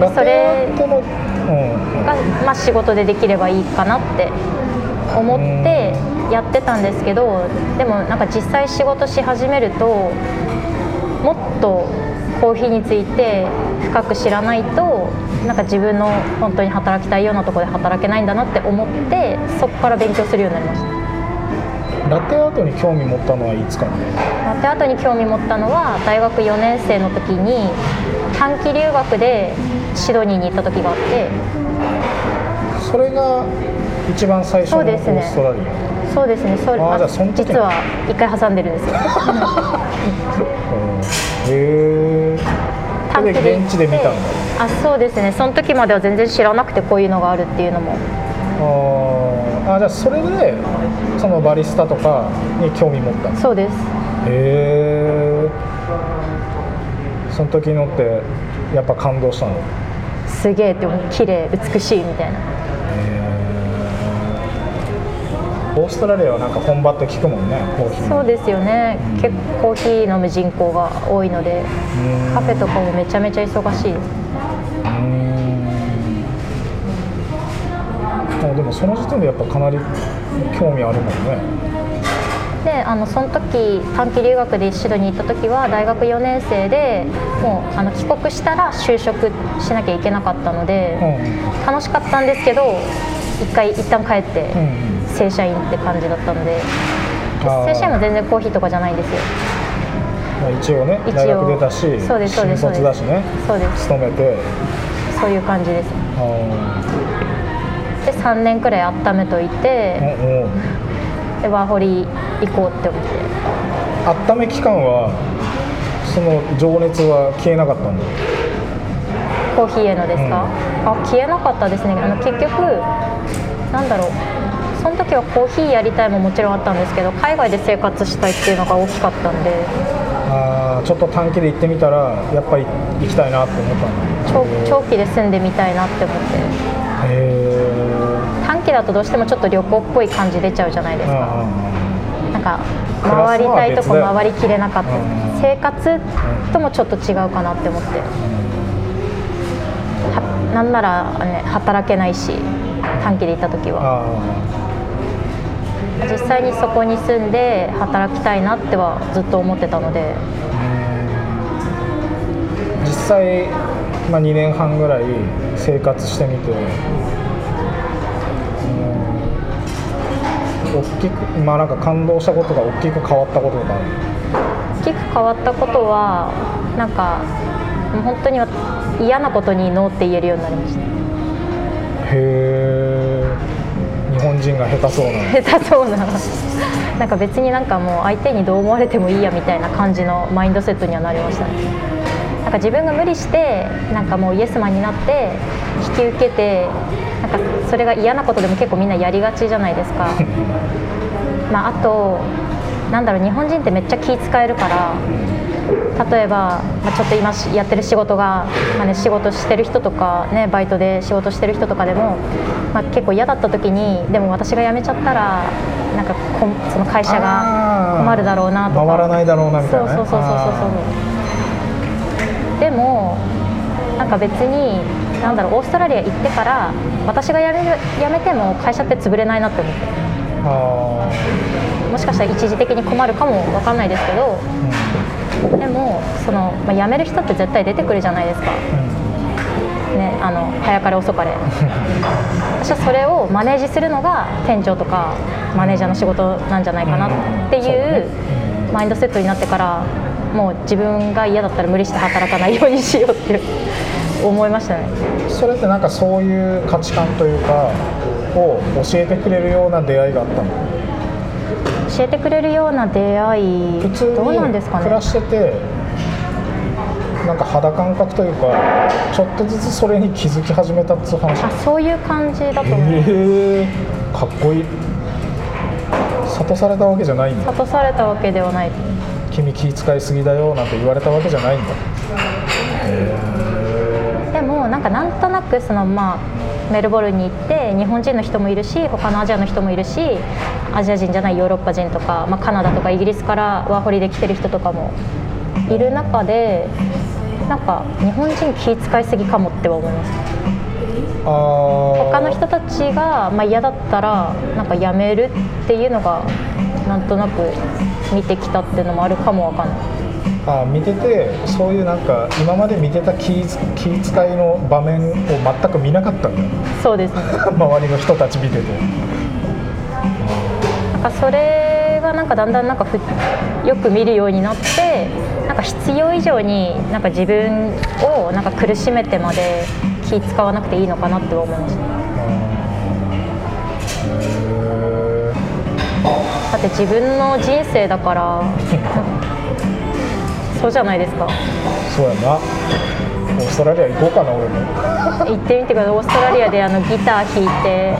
Speaker 1: あラ
Speaker 2: それ
Speaker 1: テアートのうん
Speaker 2: が、まあ、仕事でできればいいかなって思ってやってたんですけどでもなんか実際仕事し始めるともっとコーヒーについて深く知らないとなんか自分の本当に働きたいようなところで働けないんだなって思ってそこから勉強するようになりました。
Speaker 1: ラテアートに興味持ったのはいつから
Speaker 2: ラテアートに興味持ったのは大学4年生の時に短期留学でシドニーに行った時があって
Speaker 1: それが一番最初の
Speaker 2: そ
Speaker 1: オ
Speaker 2: うですね
Speaker 1: ーストラリア、
Speaker 2: そうですねそれ
Speaker 1: あー
Speaker 2: あ
Speaker 1: じゃあその時
Speaker 2: 実は一回挟んでるんですよ
Speaker 1: うんへえそれで現地で見たんだ
Speaker 2: あそうですねその時までは全然知らなくてこういうのがあるっていうのも
Speaker 1: あーあじゃあそれでそのバリスタとかに興味持ったんです
Speaker 2: そうで
Speaker 1: へ
Speaker 2: す
Speaker 1: えその時のってやっぱ感動したの
Speaker 2: すげえって思う綺麗美しいみたいな
Speaker 1: オーストラリアはなんか本場って聞くもんねコーヒー
Speaker 2: そうですよね結構コーヒー飲む人口が多いのでカフェとかもめちゃめちゃ忙しいです
Speaker 1: もうでもその時点でやっぱかなり興味あるもんね
Speaker 2: であのその時短期留学でシドニー行った時は大学4年生でもうあの帰国したら就職しなきゃいけなかったので、楽しかったんですけど一回一旦帰って
Speaker 1: うん、うん、
Speaker 2: 正社員って感じだったのでで
Speaker 1: あー
Speaker 2: 正社員も全然コーヒーとかじゃないんですよ
Speaker 1: まあ一応ね
Speaker 2: 一応
Speaker 1: 大学出たし
Speaker 2: そうですそうです
Speaker 1: 新卒だしね
Speaker 2: そうです
Speaker 1: 勤めて
Speaker 2: そういう感じです
Speaker 1: あ
Speaker 2: で3年くらい温めとい
Speaker 1: ー
Speaker 2: て
Speaker 1: うんうん
Speaker 2: でワーホリ行こうって思って
Speaker 1: 温め期間はその情熱は消えなかったんだ
Speaker 2: コーヒーへのですか、あ消えなかったですねあの結局なんだろうその時はコーヒーやりたいももちろんあったんですけど海外で生活したいっていうのが大きかったんで
Speaker 1: あーちょっと短期で行ってみたらやっぱり行きたいなって思ったんだ
Speaker 2: 長長期で住んでみたいなって思って
Speaker 1: へえ
Speaker 2: 短期だとどうしてもちょっと旅行っぽい感じ出ちゃうじゃないですか、なんか
Speaker 1: プラスは
Speaker 2: 回りたいとこ
Speaker 1: 別だよ
Speaker 2: 回りきれなかった、
Speaker 1: うん
Speaker 2: 生活ともちょっと違うかなって思って、はなんなら、ね、働けないし短期で行った時は。
Speaker 1: あ
Speaker 2: 実際にそこに住んで働きたいなってはずっと思ってたので
Speaker 1: ー実際、まあ、2年半ぐらい生活してみて、うん、大きくまあなんか感動したことが大きく変わったこととかある
Speaker 2: 大きく変わったことはなんかもう本当にわ嫌なことにノーって言えるようになりま
Speaker 1: へ
Speaker 2: し
Speaker 1: え日本人が下手そうな
Speaker 2: た [LAUGHS] 下手そうななんか別になんかもう相手にどう思われてもいいやみたいな感じのマインドセットにはなりましたねなんか自分が無理してなんかもうイエスマンになって引き受けてなんかそれが嫌なことでも結構みんなやりがちじゃないですかまあ、あとなんだろう日本人ってめっちゃ気使えるから例えば、まあ、ちょっと今しやってる仕事が、まあね、仕事してる人とか、ね、バイトで仕事してる人とかでも、まあ、結構嫌だった時にでも私が辞めちゃったらなんかこんその会社が
Speaker 1: あー
Speaker 2: 困るだろうなとか
Speaker 1: 回らないだろうなみたいなね
Speaker 2: そうそうそうそうそうそうでもなんか別になんだろうオーストラリア行ってから私が辞める辞めても会社って潰れないなって思って。
Speaker 1: あ
Speaker 2: もしかしたら一時的に困るかもわかんないですけど
Speaker 1: ー、うん
Speaker 2: でもその、まあ、辞める人って絶対出てくるじゃないですか、ね、あの早かれ遅かれ私はそれをマネージするのが店長とかマネージャーの仕事なんじゃないかなっていうマインドセットになってからもう自分が嫌だったら無理して働かないようにしようって思いましたね
Speaker 1: それってなんかそういう価値観というかを教えてくれるような出会いがあったの
Speaker 2: 教えてくれるような出会い
Speaker 1: 普通に
Speaker 2: どうなんですかね
Speaker 1: 暮らしててなんか肌感覚というかちょっとずつそれに気づき始めたっつう話
Speaker 2: あそういう感じだと思います
Speaker 1: へえかっこいい諭されたわけじゃないんだ
Speaker 2: 諭されたわけではない
Speaker 1: 君気遣いすぎだよなんて言われたわけじゃないんだ
Speaker 2: でもなんかなんとなくそのまあメルボルンに行って日本人の人もいるし他のアジアの人もいるしアジア人じゃないヨーロッパ人とか、まあ、カナダとかイギリスからワーホリで来てる人とかもいる中でなんか日本人気遣いすぎかもっては思います
Speaker 1: 他
Speaker 2: 他の人たちが、まあ、嫌だったらなんかやめるっていうのがなんとなく見てきたっていうのもあるかもわかんない
Speaker 1: あ見ててそういうなんか今まで見てた気づ気遣いの場面を全く見なかったんだよ
Speaker 2: そうですね
Speaker 1: [LAUGHS] 周りの人たち見てて
Speaker 2: なんかそれがなんかだんだんなんかふよく見るようになってなんか必要以上になんか自分をなんか苦しめてまで気使わなくていいのかなっては思いました
Speaker 1: へ
Speaker 2: だって自分の人生だから [LAUGHS] そうじゃないですか
Speaker 1: ーそうやなオーストラリア行こうかな俺も [LAUGHS]
Speaker 2: 行ってみてくださいオーストラリアであのギター弾いて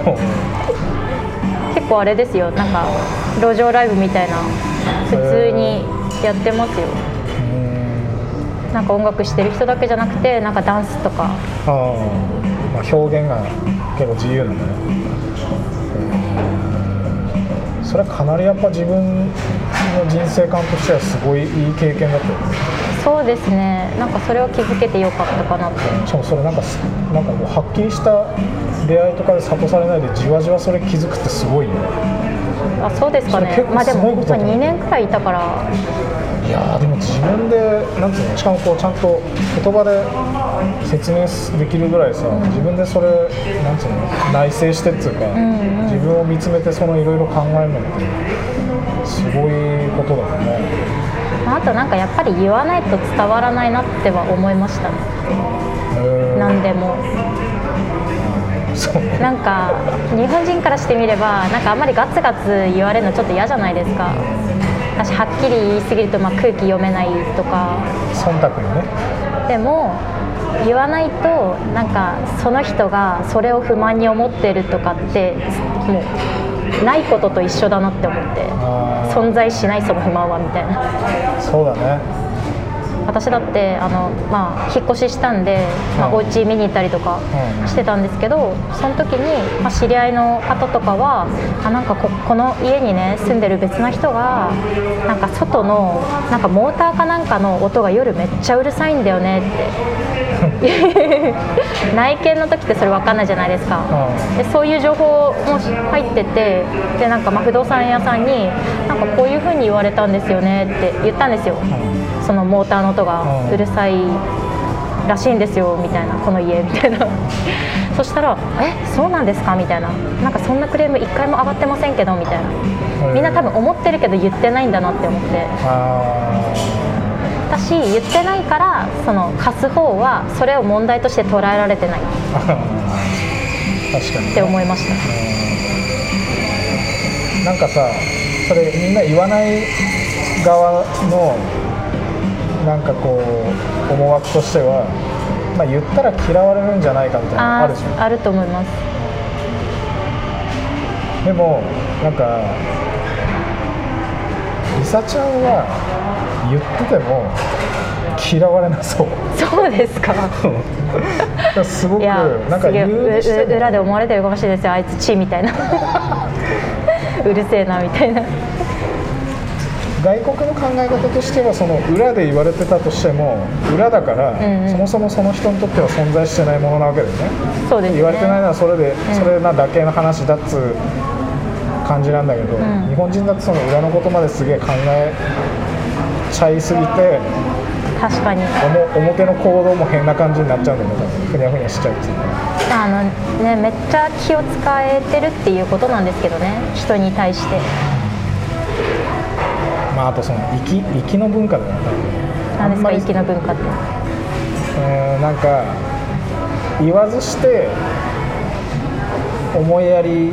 Speaker 2: 結構あれですよなんか路上ライブみたいな普通にやってますよ
Speaker 1: うん
Speaker 2: なんか音楽してる人だけじゃなくてなんかダンスとか
Speaker 1: あー、まあ、表現が結構自由なんだねうんそれはかなりやっぱ自分の人生観としてはすごいいい経験だったよね
Speaker 2: そうですねなんかそれを気づけてよかったかなって
Speaker 1: しかもそれなんかすなんかこうはっきりした出会いとかで諭されないでじわじわそれ気づくってすごいね
Speaker 2: あそうですか
Speaker 1: それ
Speaker 2: ね
Speaker 1: 結構
Speaker 2: まあです
Speaker 1: ごい
Speaker 2: も
Speaker 1: こと
Speaker 2: ま
Speaker 1: だ
Speaker 2: あ
Speaker 1: と思う
Speaker 2: 2年くらいいたから
Speaker 1: いやーでも自分でなんつうのしかもこうちゃんと言葉で説明できるぐらいさ自分でそれなんつうの内省してっつうか、自分を見つめてそのいろいろ考えるのってすごいことだよね
Speaker 2: まああとなんかやっぱり言わないと伝わらないなっては思いましたね
Speaker 1: へー
Speaker 2: 何でも
Speaker 1: そうね
Speaker 2: なんか日本人からしてみればなんかあんまりガツガツ言われるのちょっと嫌じゃないですか私はっきり言いすぎるとまあ空気読めないとか
Speaker 1: 忖度にね
Speaker 2: でも言わないとなんかその人がそれを不満に思ってるとかってもうないことと一緒だなって思って
Speaker 1: あー
Speaker 2: 存在しないその不満はみたいな。
Speaker 1: そうだね
Speaker 2: 私だってあの、まあ、引っ越ししたんで、まあ、
Speaker 1: うん
Speaker 2: お家見に行ったりとか
Speaker 1: うん
Speaker 2: してたんですけどその時に、まあ、知り合いの方とかはあなんかここの家にね住んでる別の人がなんか外のなんかモーターかなんかの音が夜めっちゃうるさいんだよ
Speaker 1: [LAUGHS]
Speaker 2: ねって内見の時ってそれ分かんないじゃないですか。
Speaker 1: う
Speaker 2: でそういう情報も入っててでなんかまあ不動産屋さんになんかこういう風に言われたんですよねって言ったんですよ、そのモーターの音が
Speaker 1: うん
Speaker 2: うるさいらしいんですよみたいなこの家みたいな [LAUGHS] そしたら「えそうなんですか?」みたいななんかそんなクレーム1回も上がってませんけどみたいなみんな多分思ってるけど言ってないんだなって思って
Speaker 1: あ
Speaker 2: 私言ってないからその貸す方はそれを問題として捉えられてないっ
Speaker 1: ー確かに
Speaker 2: て思いました
Speaker 1: なんかさそれみんな言わない側のなんかこう思惑としては、まあ、言ったら嫌われるんじゃないかみたいなの
Speaker 2: あ
Speaker 1: あるじゃ
Speaker 2: ーあると思います [LAUGHS]
Speaker 1: んでもなんかリサちゃんは言ってても嫌われなそう
Speaker 2: そうですか。
Speaker 1: だからすごく
Speaker 2: いや、
Speaker 1: なんか
Speaker 2: すげえ
Speaker 1: 理由にして
Speaker 2: うう
Speaker 1: も
Speaker 2: 裏で思われてるかもしれないですよ。あいつチみたいな。 [LAUGHS] うるせえなみたいな。
Speaker 1: 外国の考え方としてはその裏で言われてたとしても裏だから、
Speaker 2: んうん
Speaker 1: そもそもその人にとっては存在してないものなわけだよね
Speaker 2: そうですね。
Speaker 1: 言われてないのはそれで、
Speaker 2: ん
Speaker 1: それなだけの話だっつう感じなんだけど、
Speaker 2: ん
Speaker 1: 日本人だってその裏のことまですげえ考えちゃいすぎて
Speaker 2: 確かに。
Speaker 1: おも表の行動も変な感じになっちゃうんだよね多分ふにゃふにゃしちゃうっていうか
Speaker 2: あのねめっちゃ気を使えてるっていうことなんですけどね。人に対して。
Speaker 1: まああとその粋粋の文化だよね多分あ
Speaker 2: なんで
Speaker 1: ん
Speaker 2: す
Speaker 1: ま
Speaker 2: か
Speaker 1: り
Speaker 2: 粋な文化って。
Speaker 1: えーなんか言わずして思いやり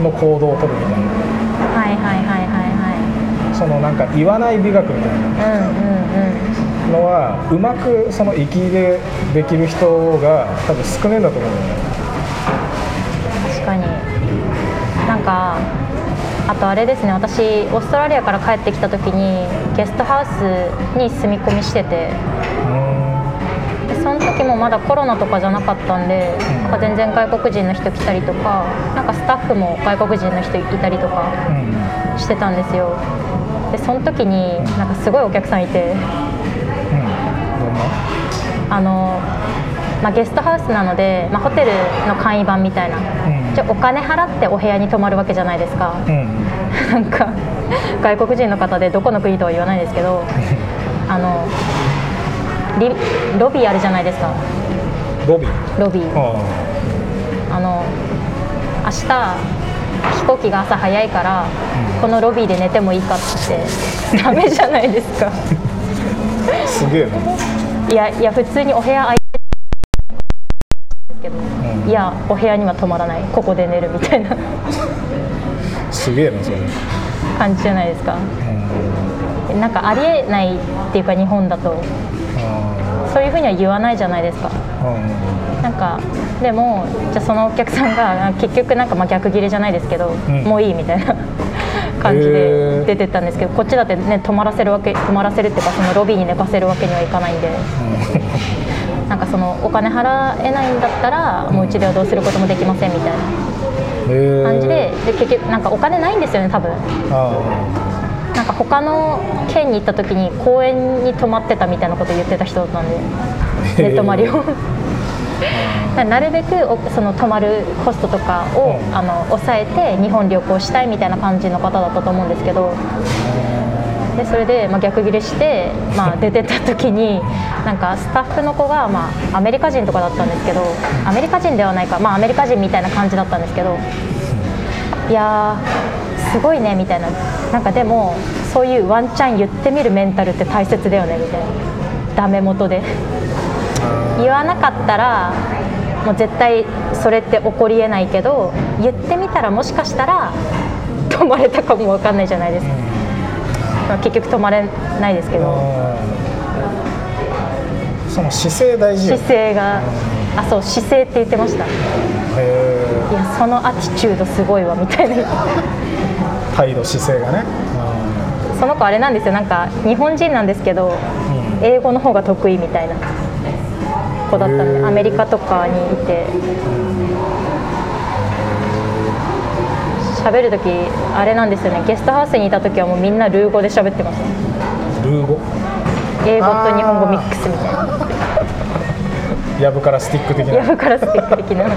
Speaker 1: の行動をとるみたい
Speaker 2: はいはいはいは
Speaker 1: なそのなんか言わない美学みたいない
Speaker 2: はい。うんうんうん。
Speaker 1: のはうまくその粋でできる人が多分少ねえんだと思うんだよね
Speaker 2: 確かになんかあとあれですね私オーストラリアから帰ってきた時にゲストハウスに住み込みしててでその時もまだコロナとかじゃなかったんでなんか全然外国人の人来たりとかなんかスタッフも外国人の人いたりとか
Speaker 1: うん、うん、
Speaker 2: してたんですよでその時になんかすごいお客さんいて
Speaker 1: どんな
Speaker 2: あのまあ、ゲストハウスなので、まあ、ホテルの簡易版みたいな、
Speaker 1: ん
Speaker 2: じゃあお金払ってお部屋に泊まるわけじゃないですか、
Speaker 1: うん
Speaker 2: [LAUGHS] なんか外国人の方でどこの国とは言わないですけどあのリロビーあるじゃないですか
Speaker 1: ロビー
Speaker 2: ロビー
Speaker 1: あ
Speaker 2: あの明日飛行機が朝早いからこのロビーで寝てもいいかってダメじゃないですか
Speaker 1: あすげえない
Speaker 2: やいや普通にお部屋空いてるけど
Speaker 1: ん
Speaker 2: いやお部屋には泊まらないここで寝るみたいな
Speaker 1: すげえなそれ
Speaker 2: 感じじゃないですかなんかありえないっていうか日本だと
Speaker 1: あ
Speaker 2: そういうふうには言わないじゃないですか
Speaker 1: あうん
Speaker 2: なんかでもじゃあそのお客さんがあ結局なんかまあ逆ギレじゃないですけど、
Speaker 1: ん
Speaker 2: もういいみたいな [LAUGHS] 感じ
Speaker 1: へ
Speaker 2: で
Speaker 1: ー
Speaker 2: 出てったんですけど、こっちだってね泊まらせるわけ泊まらせるっていうかそのロビーに寝かせるわけにはいかないんで、なんかそのお金払えないんだったらもううちではどうすることもできませんみたいな
Speaker 1: へえ
Speaker 2: 感じでで結局なんかお金ないんですよね多分
Speaker 1: あ
Speaker 2: なんか他の県に行った時に公園に泊まってたみたいなこと言ってた人だったん
Speaker 1: [LAUGHS]
Speaker 2: で
Speaker 1: へー
Speaker 2: 寝泊まりを [LAUGHS] ななるべくおその泊まるコストとかを、
Speaker 1: うん
Speaker 2: あの抑えて日本旅行したいみたいな感じの方だったと思うんですけどでそれで、まあ、逆ギレして、
Speaker 1: [LAUGHS]
Speaker 2: まあ、出てった時になんかスタッフの子が、まあ、アメリカ人とかだったんですけどアメリカ人ではないか、まあ、アメリカ人みたいな感じだったんですけど。いやーすごいねみたいななんかでもそういうワンチャン言ってみるメンタルって大切だよねみたいなダメ元で言わなかったらもう絶対それって起こりえないけど言ってみたらもしかしたら止まれたかもわかんないじゃないですか、まあ結局止まれないですけ
Speaker 1: あ
Speaker 2: ど
Speaker 1: うんその姿勢大事よ
Speaker 2: 姿
Speaker 1: ね
Speaker 2: 勢があそう姿勢って言ってましたい
Speaker 1: へえ
Speaker 2: やそのアティチュードすごいわみたいな
Speaker 1: 態度姿勢がね
Speaker 2: その子あれなんですよなんか日本人なんですけど、英語の方が得意みたいな子だったん
Speaker 1: へ
Speaker 2: で
Speaker 1: ー
Speaker 2: アメリカとかにいて喋る時あれなんですよねゲストハウスにいた時はもうみんなルー語で喋ってます
Speaker 1: ルー語
Speaker 2: 英語と日本語ミックスみたい
Speaker 1: [LAUGHS]
Speaker 2: な
Speaker 1: やぶからスティック的な
Speaker 2: ヤブからスティック的な
Speaker 1: へー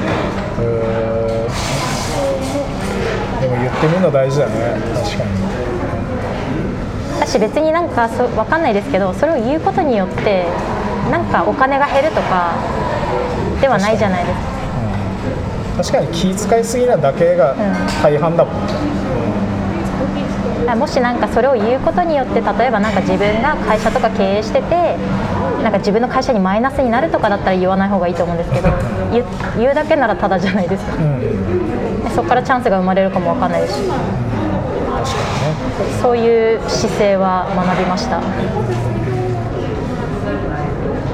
Speaker 1: でも言ってみるの大事だね確かに
Speaker 2: 私別になんかそ分かんないですけどそれを言うことによってなんかお金が減るとかではないじゃないですか
Speaker 1: 確かに気遣いすぎなだけが大半だもんね、
Speaker 2: あもしなんかそれを言うことによって例えばなんか自分が会社とか経営しててなんか自分の会社にマイナスになるとかだったら言わない方がいいと思うんですけど言う言うだけならただじゃないですか
Speaker 1: うん、
Speaker 2: でそこからチャンスが生まれるかもわかんないですし
Speaker 1: 確かにね
Speaker 2: そういう姿勢は学びました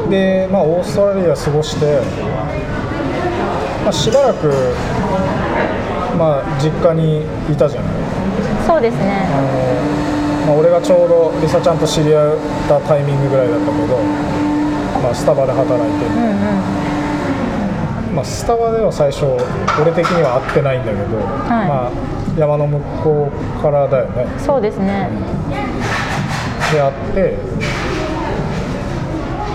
Speaker 1: で、まあ、オーストラリア過ごして、まあ、しばらく、まあ、実家にいたじゃない、
Speaker 2: そうですね
Speaker 1: まあ、俺がちょうどリサちゃんと知り合ったタイミングぐらいだったけど、まあ、スタバで働いてる
Speaker 2: うんうん
Speaker 1: まあ、スタバでは最初俺的には会ってないんだけど、
Speaker 2: い
Speaker 1: まあ、山の向こうからだよね
Speaker 2: そうですね
Speaker 1: で会って、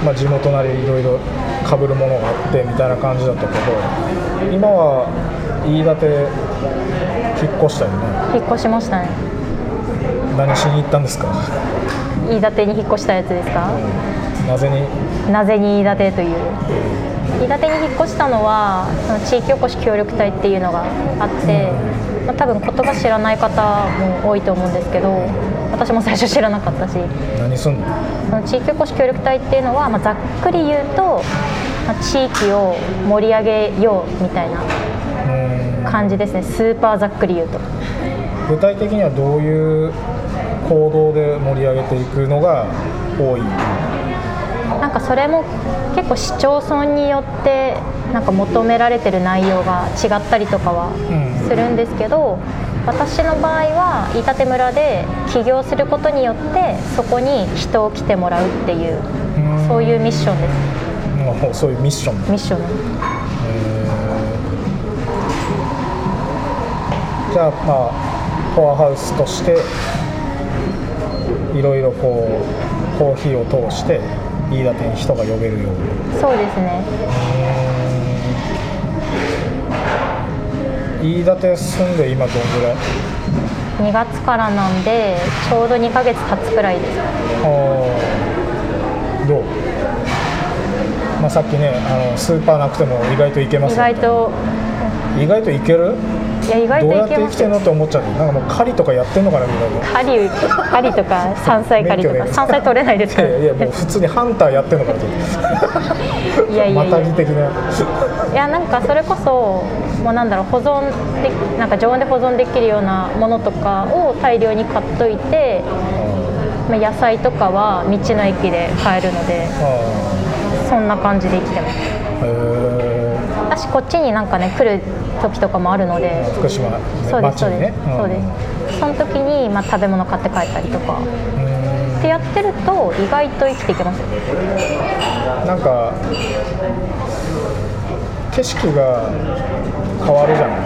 Speaker 1: まあ、地元なりいろいろかぶるものがあってみたいな感じだったけど今は飯田で引っ越したよね
Speaker 2: 引っ越しましたね
Speaker 1: 何しに行ったんですか
Speaker 2: 飯舘に引っ越したやつですか
Speaker 1: なぜに
Speaker 2: なぜに飯舘という飯舘に引っ越したのはその地域おこし協力隊っていうのがあって、まあ、多分言葉知らない方も多いと思うんですけど私も最初知らなかったし
Speaker 1: 何すんの
Speaker 2: その地域おこし協力隊っていうのは、まあ、ざっくり言うと、まあ、地域を盛り上げようみたいな
Speaker 1: うん
Speaker 2: 感じですねスーパーざっくり言うと。
Speaker 1: 具体的にはどういう行動で盛り上げていくのが多い
Speaker 2: なんかそれも結構市町村によってなんか求められてる内容が違ったりとかは
Speaker 1: うん
Speaker 2: するんですけど、私の場合は飯舘村で起業することによってそこに人を来てもらうっていう
Speaker 1: うん
Speaker 2: そういうミッションです
Speaker 1: もうそういうミッション
Speaker 2: ミッション
Speaker 1: じゃあまあコアハウスとしていろいろこうコーヒーを通して飯田店に人が呼べるよう
Speaker 2: そうですね
Speaker 1: に飯田店住んで今どんぐらい
Speaker 2: 2月からなんでちょうど2ヶ月経つくらいです
Speaker 1: あーどう、まあ、さっきねあのスーパーなくても意外といけます
Speaker 2: 意
Speaker 1: よ
Speaker 2: 外と
Speaker 1: 意外といける
Speaker 2: いや意外
Speaker 1: どうや
Speaker 2: と
Speaker 1: って生
Speaker 2: いけま
Speaker 1: き
Speaker 2: す
Speaker 1: てんの
Speaker 2: よ
Speaker 1: って思っちゃうなんかもう狩りとかやってんのかなみたいな
Speaker 2: 狩り狩りとか山菜狩りと
Speaker 1: [LAUGHS] 免
Speaker 2: か
Speaker 1: 許ね
Speaker 2: 山菜取れないですか
Speaker 1: い
Speaker 2: ら
Speaker 1: やいやもう普通にハンターやってんのかなと思って
Speaker 2: いやいや
Speaker 1: ま
Speaker 2: い
Speaker 1: た
Speaker 2: や
Speaker 1: ぎ的ない
Speaker 2: やなんかそれこそもうなんだろう保存でなんか常温で保存できるようなものとかを大量に買っといて、まあ、野菜とかは道の駅で買えるので
Speaker 1: あ
Speaker 2: そんな感じで生きてます
Speaker 1: ーへ
Speaker 2: 私こっちになんかね来る時とかもあるので
Speaker 1: ー福島
Speaker 2: そうです
Speaker 1: 町
Speaker 2: そう
Speaker 1: に
Speaker 2: で
Speaker 1: ね
Speaker 2: す、そうですその時に、まあ、食べ物買って帰ったりとか
Speaker 1: うんうん
Speaker 2: ってやってると意外と生きていけますよ
Speaker 1: なんか景色が変わるじゃない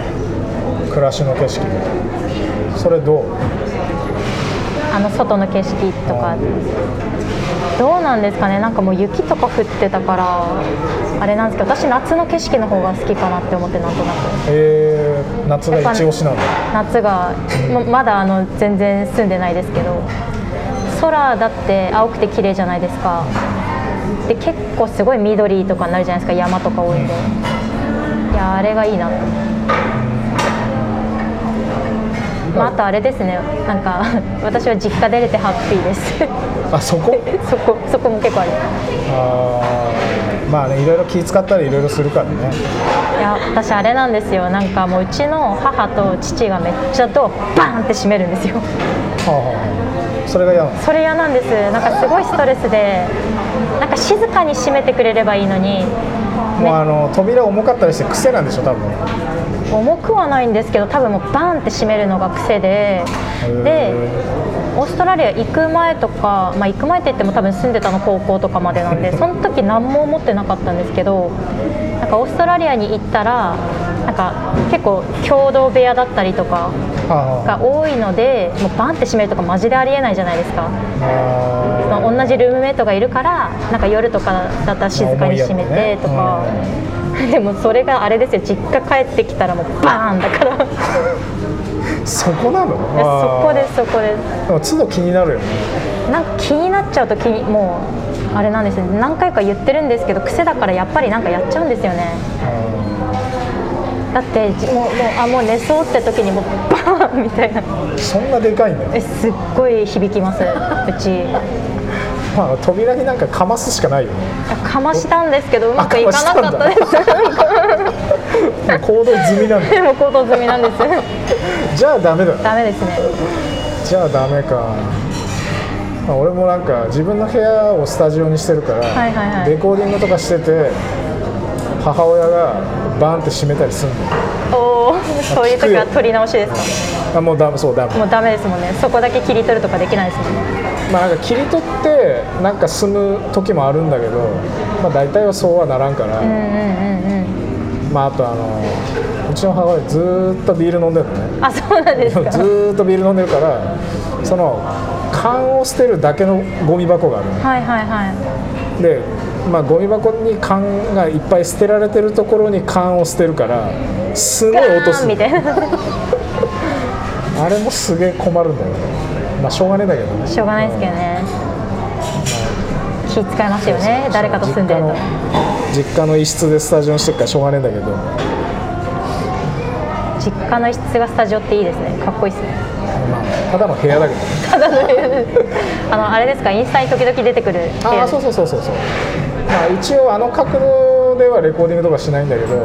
Speaker 1: 暮らしの景色がそれどう
Speaker 2: あの外の景色とかどうなんですかねなんかもう雪とか降ってたからあれなんですけど私夏の景色の方が好きかなって思ってなんとなく
Speaker 1: えー、夏が一押しなんだ
Speaker 2: 夏がままだあの全然住んでないですけど空だって青くて綺麗じゃないですかで結構すごい緑とかになるじゃないですか山とか多いんでいやあれがいいなとまあ、あとあれですねなんか私は実家出れてハッピーです
Speaker 1: あそ
Speaker 2: [LAUGHS]
Speaker 1: こ
Speaker 2: そこそこも結構ある
Speaker 1: あーまあねいろいろ気使ったりいろいろするからね
Speaker 2: いや私あれなんですよなんかもううちの母と父がめっちゃドアバーンって閉めるんですよ
Speaker 1: はあはあそれが嫌なの
Speaker 2: それ嫌なんですなんかすごいストレスでなんか静かに閉めてくれればいいのに
Speaker 1: もうあの扉重かったりして癖なんでしょ多分
Speaker 2: 重くはないんですけど多分もうバーンって閉めるのが癖ででオーストラリア行く前とか、まあ、行く前って言っても多分住んでたの高校とかまでなんでその時何も思ってなかったんですけどなんかオーストラリアに行ったらなんか結構共同部屋だったりとか
Speaker 1: はあは
Speaker 2: が多いのでもうバンって閉めるとかマジでありえないじゃないですか
Speaker 1: あ
Speaker 2: その同じルームメイトがいるからなんか夜とかだったら静かに閉めてとか
Speaker 1: まあ思いや、
Speaker 2: [LAUGHS] でもそれがあれですよ実家帰ってきたらもうバーンだからそ
Speaker 1: あそこなの
Speaker 2: こですそこです
Speaker 1: すでも都度気になるよね
Speaker 2: なんか気になっちゃうと気にもうあれなんですよね何回か言ってるんですけど癖だからやっぱりなんかやっちゃうんですよねだってじもうもうあもう寝そうって時にもうバーンみたいな
Speaker 1: うんそんなでかいんだよ
Speaker 2: えすっごい響きますうち
Speaker 1: まあ扉になんかかますしかないよね
Speaker 2: かましたんですけどうまくいかなかったです
Speaker 1: もう行動済みなん
Speaker 2: [LAUGHS]
Speaker 1: だ
Speaker 2: でも行動済みなんです
Speaker 1: じゃあダメだよ
Speaker 2: ダメですね
Speaker 1: じゃあダメかまあ俺もなんか自分の部屋をスタジオにしてるから、
Speaker 2: はいはいはい
Speaker 1: レコーディングとかしてて母親がバーンって閉めたりするのよ
Speaker 2: おおそういう時は取り直しです
Speaker 1: あもうダメそうダメ
Speaker 2: かもうダメですもんねそこだけ切り取るとかできないですもんね
Speaker 1: まあなんか切り取ってなんか住む時もあるんだけど、まあ、大体はそうはならんから、
Speaker 2: うんうんうん
Speaker 1: まああとあのうちの母親ずーっとビール飲んでるのね
Speaker 2: うんあそうなんです
Speaker 1: ず
Speaker 2: か
Speaker 1: ーっとビール飲んでるからその缶を捨てるだけのゴミ箱があるの
Speaker 2: はいはいは
Speaker 1: で、まあ、ゴミ箱に缶がいっぱい捨てられてるところに缶を捨てるからす
Speaker 2: い
Speaker 1: ごい音す
Speaker 2: ガーンみ
Speaker 1: る
Speaker 2: たいな
Speaker 1: あれもすげえ困るんだよねまあしょうがねえんだけどね
Speaker 2: しょうがないですけどね気使いますよね誰かと住んでると
Speaker 1: 実家の実家の一室でスタジオにしてるからしょうがねえんだけど
Speaker 2: 実家の一室がスタジオっていいですねかっこいいですね
Speaker 1: [LAUGHS] ただの部屋だけどね
Speaker 2: あのあれですかインスタに時々出てくるってい
Speaker 1: ああそうそうそうそうそうまあ一応あの角度ではレコーディングとかしないんだけど、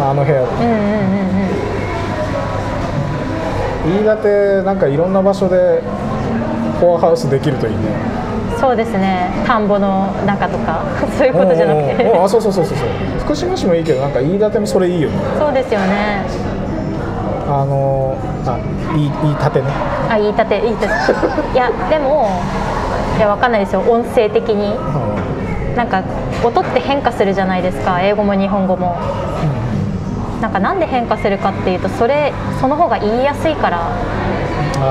Speaker 1: まあ、あの部屋
Speaker 2: うんうんうんうん
Speaker 1: 飯田ってなんかいろんな場所でフォアハウスできるといいね
Speaker 2: そうですね田んぼの中とか [LAUGHS] そういうことじゃなくて
Speaker 1: うんうんうんあそうそうそうそうそう福島市もいいけどなんか飯田てもそれいいよね
Speaker 2: そうですよね
Speaker 1: あのーあいいいい建てね
Speaker 2: あ言いたて言いたていやでもいやわかんないですよ音声的になんか音って変化するじゃないですか英語も日本語もなんかなんで変化するかっていうとそれその方が言いやすいから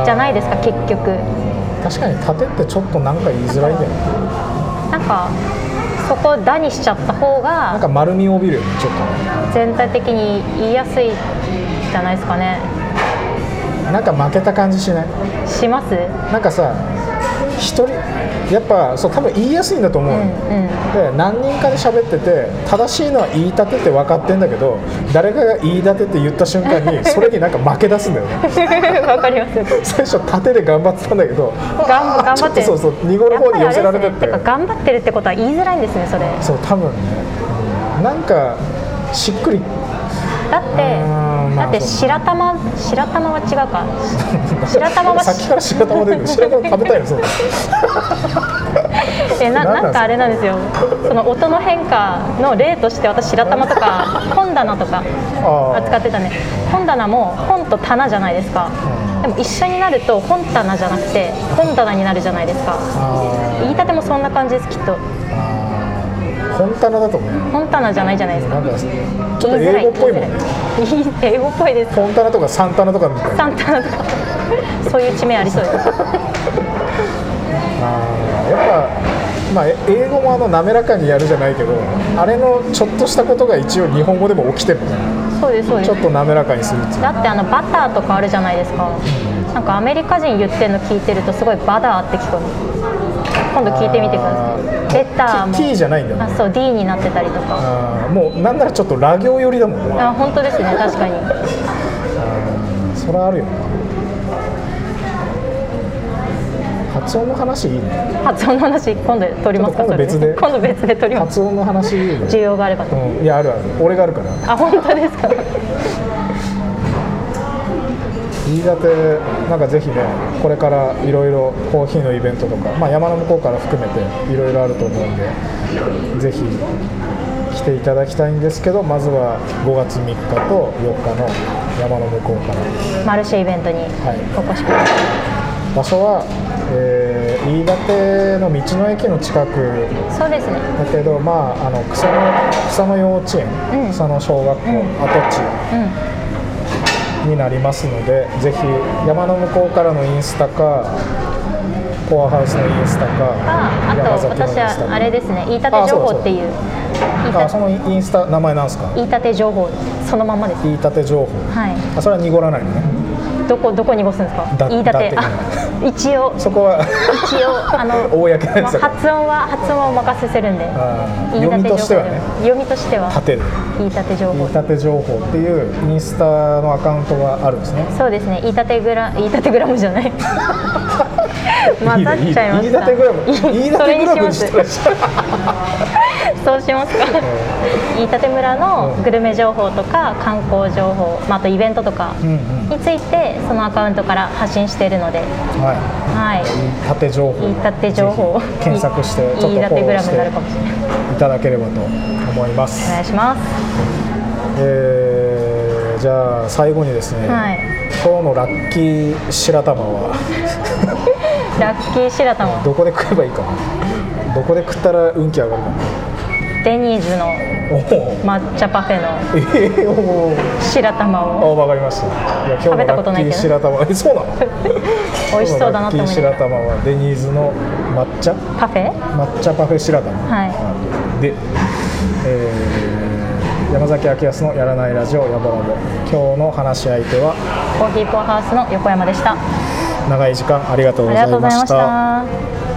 Speaker 2: じゃないですか結局
Speaker 1: 確かに建てってちょっとなんか言いづらいんだよね
Speaker 2: なんかそこ「だ」にしちゃった方
Speaker 1: なん
Speaker 2: が
Speaker 1: か丸みを帯びるよねちょっと
Speaker 2: 全体的に言いやすいじゃないですかね
Speaker 1: ねなんか負けた感じしない
Speaker 2: します
Speaker 1: なんかさ一人やっぱそう多分言いやすいんだと思う
Speaker 2: う
Speaker 1: よ、
Speaker 2: んうん
Speaker 1: で何人かで喋ってて正しいのは言い立てって分かってんだけど誰かが言い立てって言った瞬間
Speaker 2: [LAUGHS]
Speaker 1: にそれになんか負け出すんだよね
Speaker 2: わかります
Speaker 1: 最初縦で頑張ってたんだけど
Speaker 2: 頑
Speaker 1: あー
Speaker 2: 頑張って
Speaker 1: ちょっとそうそう濁る方に寄せられて
Speaker 2: や
Speaker 1: っ
Speaker 2: ぱ
Speaker 1: て
Speaker 2: りあですねてか頑張ってるってことは言いづらいんですねそれ
Speaker 1: そう多分ねうんなんかしっくり
Speaker 2: だって、
Speaker 1: うんまあ
Speaker 2: だって
Speaker 1: そう
Speaker 2: 白玉白玉は違うか
Speaker 1: [LAUGHS]
Speaker 2: 白玉は
Speaker 1: さっきから白玉出
Speaker 2: [LAUGHS]
Speaker 1: る白玉食べたいよそう
Speaker 2: えな
Speaker 1: 何なん
Speaker 2: なんかあれなんですよその音の変化の例として私白玉と
Speaker 1: [LAUGHS]
Speaker 2: か本棚とか
Speaker 1: あー
Speaker 2: 扱ってたね本棚も本と棚じゃないですか
Speaker 1: うん
Speaker 2: でも一緒になると本棚じゃなくて本棚になるじゃないですか
Speaker 1: あ
Speaker 2: 言いたてもそんな感じですきっと
Speaker 1: ーあー本棚だとね
Speaker 2: 本棚じゃないじゃないですか
Speaker 1: なんかちょっと
Speaker 2: 言いづら
Speaker 1: 英
Speaker 2: い
Speaker 1: 語っぽいもんね
Speaker 2: 言いづ [LAUGHS] らい英語っぽいです
Speaker 1: 本棚とかサンタナとかみたいな
Speaker 2: サンタナとかそういう地名ありそうです
Speaker 1: あーやっぱ、まあ、え英語もあの滑らかにやるじゃないけどあれのちょっとしたことが一応日本語でも起きてるね
Speaker 2: そうですそうです
Speaker 1: ちょっと滑らかにするっていう
Speaker 2: だってあのバターとかあるじゃないですかなんかアメリカ人言ってるの聞いてるとすごいバダーって聞こえます今度聞いてみてくだ
Speaker 1: あー
Speaker 2: さいレターも
Speaker 1: T T じゃないんだよね
Speaker 2: あそう D になってたりとか
Speaker 1: あーもうなんならちょっとラ行寄りだもんね
Speaker 2: あ本当ですね確かに
Speaker 1: それはあるよな発音の話いいね
Speaker 2: 発音の話今度取りますか
Speaker 1: ちょっと今度
Speaker 2: それ
Speaker 1: 別で
Speaker 2: 今度別で取りま
Speaker 1: 発
Speaker 2: す
Speaker 1: 音の話いいね
Speaker 2: 需要があればと
Speaker 1: うん、いやあるある俺があるから
Speaker 2: あ本当ですか
Speaker 1: 飯舘なんかぜひねこれからいろいろコーヒーのイベントとか、まあ、山の向こうから含めていろいろあると思うんでぜひ来ていただきたいんですけどまずは5月3日と4日の山の向こうから
Speaker 2: マルシェイベントにお越しください、
Speaker 1: 場所は、えー飯舘の道の駅の近く
Speaker 2: そうですね
Speaker 1: だけど、まあ、あの草の草の幼稚園、
Speaker 2: うん
Speaker 1: 草の小学校、跡地
Speaker 2: う
Speaker 1: になりますのでぜひ山の向こうからのインスタかコアハウスのインスタ
Speaker 2: んあ
Speaker 1: か
Speaker 2: あ
Speaker 1: 山
Speaker 2: と
Speaker 1: 崎のイン
Speaker 2: 私
Speaker 1: スタ
Speaker 2: はあれですね言いた
Speaker 1: あ
Speaker 2: て
Speaker 1: そ
Speaker 2: 情
Speaker 1: うだ
Speaker 2: 報っていう言い
Speaker 1: あ
Speaker 2: た
Speaker 1: そのインスタ名前なんですか
Speaker 2: 言いたて情報そのまんまです
Speaker 1: 言いたて情報
Speaker 2: はい
Speaker 1: あそれは濁らないのね
Speaker 2: どこどこ濁すんですか
Speaker 1: だ
Speaker 2: 言い立て
Speaker 1: だ
Speaker 2: あ一応
Speaker 1: そこは [LAUGHS]
Speaker 2: 一応あの
Speaker 1: 公のやつだ
Speaker 2: まあ発音は発音はお任せするんで
Speaker 1: あー
Speaker 2: 言い立て情報
Speaker 1: 読みとしてはね
Speaker 2: で読みとしては
Speaker 1: 立てる
Speaker 2: 言い立て情
Speaker 1: 言
Speaker 2: 報
Speaker 1: いたて情報っていうインスタのアカウントがあるんですね
Speaker 2: そうですね言い立てグラ言い立てグラムじゃない [LAUGHS] 混ざっちゃいま
Speaker 1: いいねいいね言い
Speaker 2: した
Speaker 1: 立てグラム言い立
Speaker 2: [LAUGHS] そ
Speaker 1: て
Speaker 2: れ
Speaker 1: グ
Speaker 2: に
Speaker 1: ラム
Speaker 2: しま
Speaker 1: に
Speaker 2: す
Speaker 1: したらしい
Speaker 2: [LAUGHS] そうしますか言い立て村のグルメ情報とか観光情報、まあ、あとイベントとか
Speaker 1: うんう
Speaker 2: に
Speaker 1: ん
Speaker 2: ついてそのアカウントから発信しているので
Speaker 1: は
Speaker 2: はい
Speaker 1: い言いたて情報
Speaker 2: 言い立て情報を
Speaker 1: ぜひ検索してちょっとフ
Speaker 2: 言い
Speaker 1: ォ
Speaker 2: 立て
Speaker 1: ロ
Speaker 2: グ
Speaker 1: ー
Speaker 2: ラ
Speaker 1: し
Speaker 2: ムになるかもしれない
Speaker 1: ていただければと思います
Speaker 2: お願いします
Speaker 1: えーじゃあ最後にですね、
Speaker 2: はい
Speaker 1: 今日のラッキー白玉は
Speaker 2: ラッキー白玉
Speaker 1: どこで食えばいいかなどこで食ったら運気上がるかな
Speaker 2: デニーズの
Speaker 1: おお
Speaker 2: 抹茶パフェの
Speaker 1: えー、お
Speaker 2: 白玉
Speaker 1: お
Speaker 2: を
Speaker 1: あわかりましたいや今日
Speaker 2: 食べ
Speaker 1: の
Speaker 2: た
Speaker 1: ラ
Speaker 2: こと
Speaker 1: ッ
Speaker 2: ない
Speaker 1: キ
Speaker 2: け
Speaker 1: ー白
Speaker 2: ど
Speaker 1: 玉えそうなの
Speaker 2: [LAUGHS] 美味しそうだな
Speaker 1: 今
Speaker 2: と思いま
Speaker 1: 日のラッキー
Speaker 2: し
Speaker 1: 白
Speaker 2: た
Speaker 1: 玉はデニーズの抹茶
Speaker 2: パフェ
Speaker 1: 抹茶パフェ白玉
Speaker 2: は
Speaker 1: で、えー山崎明康のやらないラジオやぼらぼ今日の話し相手はい
Speaker 2: コーヒーコーハウスの横山でしたあ
Speaker 1: 長い時間ありがとうご
Speaker 2: り
Speaker 1: ざ
Speaker 2: が
Speaker 1: い
Speaker 2: とうご
Speaker 1: ま
Speaker 2: ざい
Speaker 1: し
Speaker 2: ましたた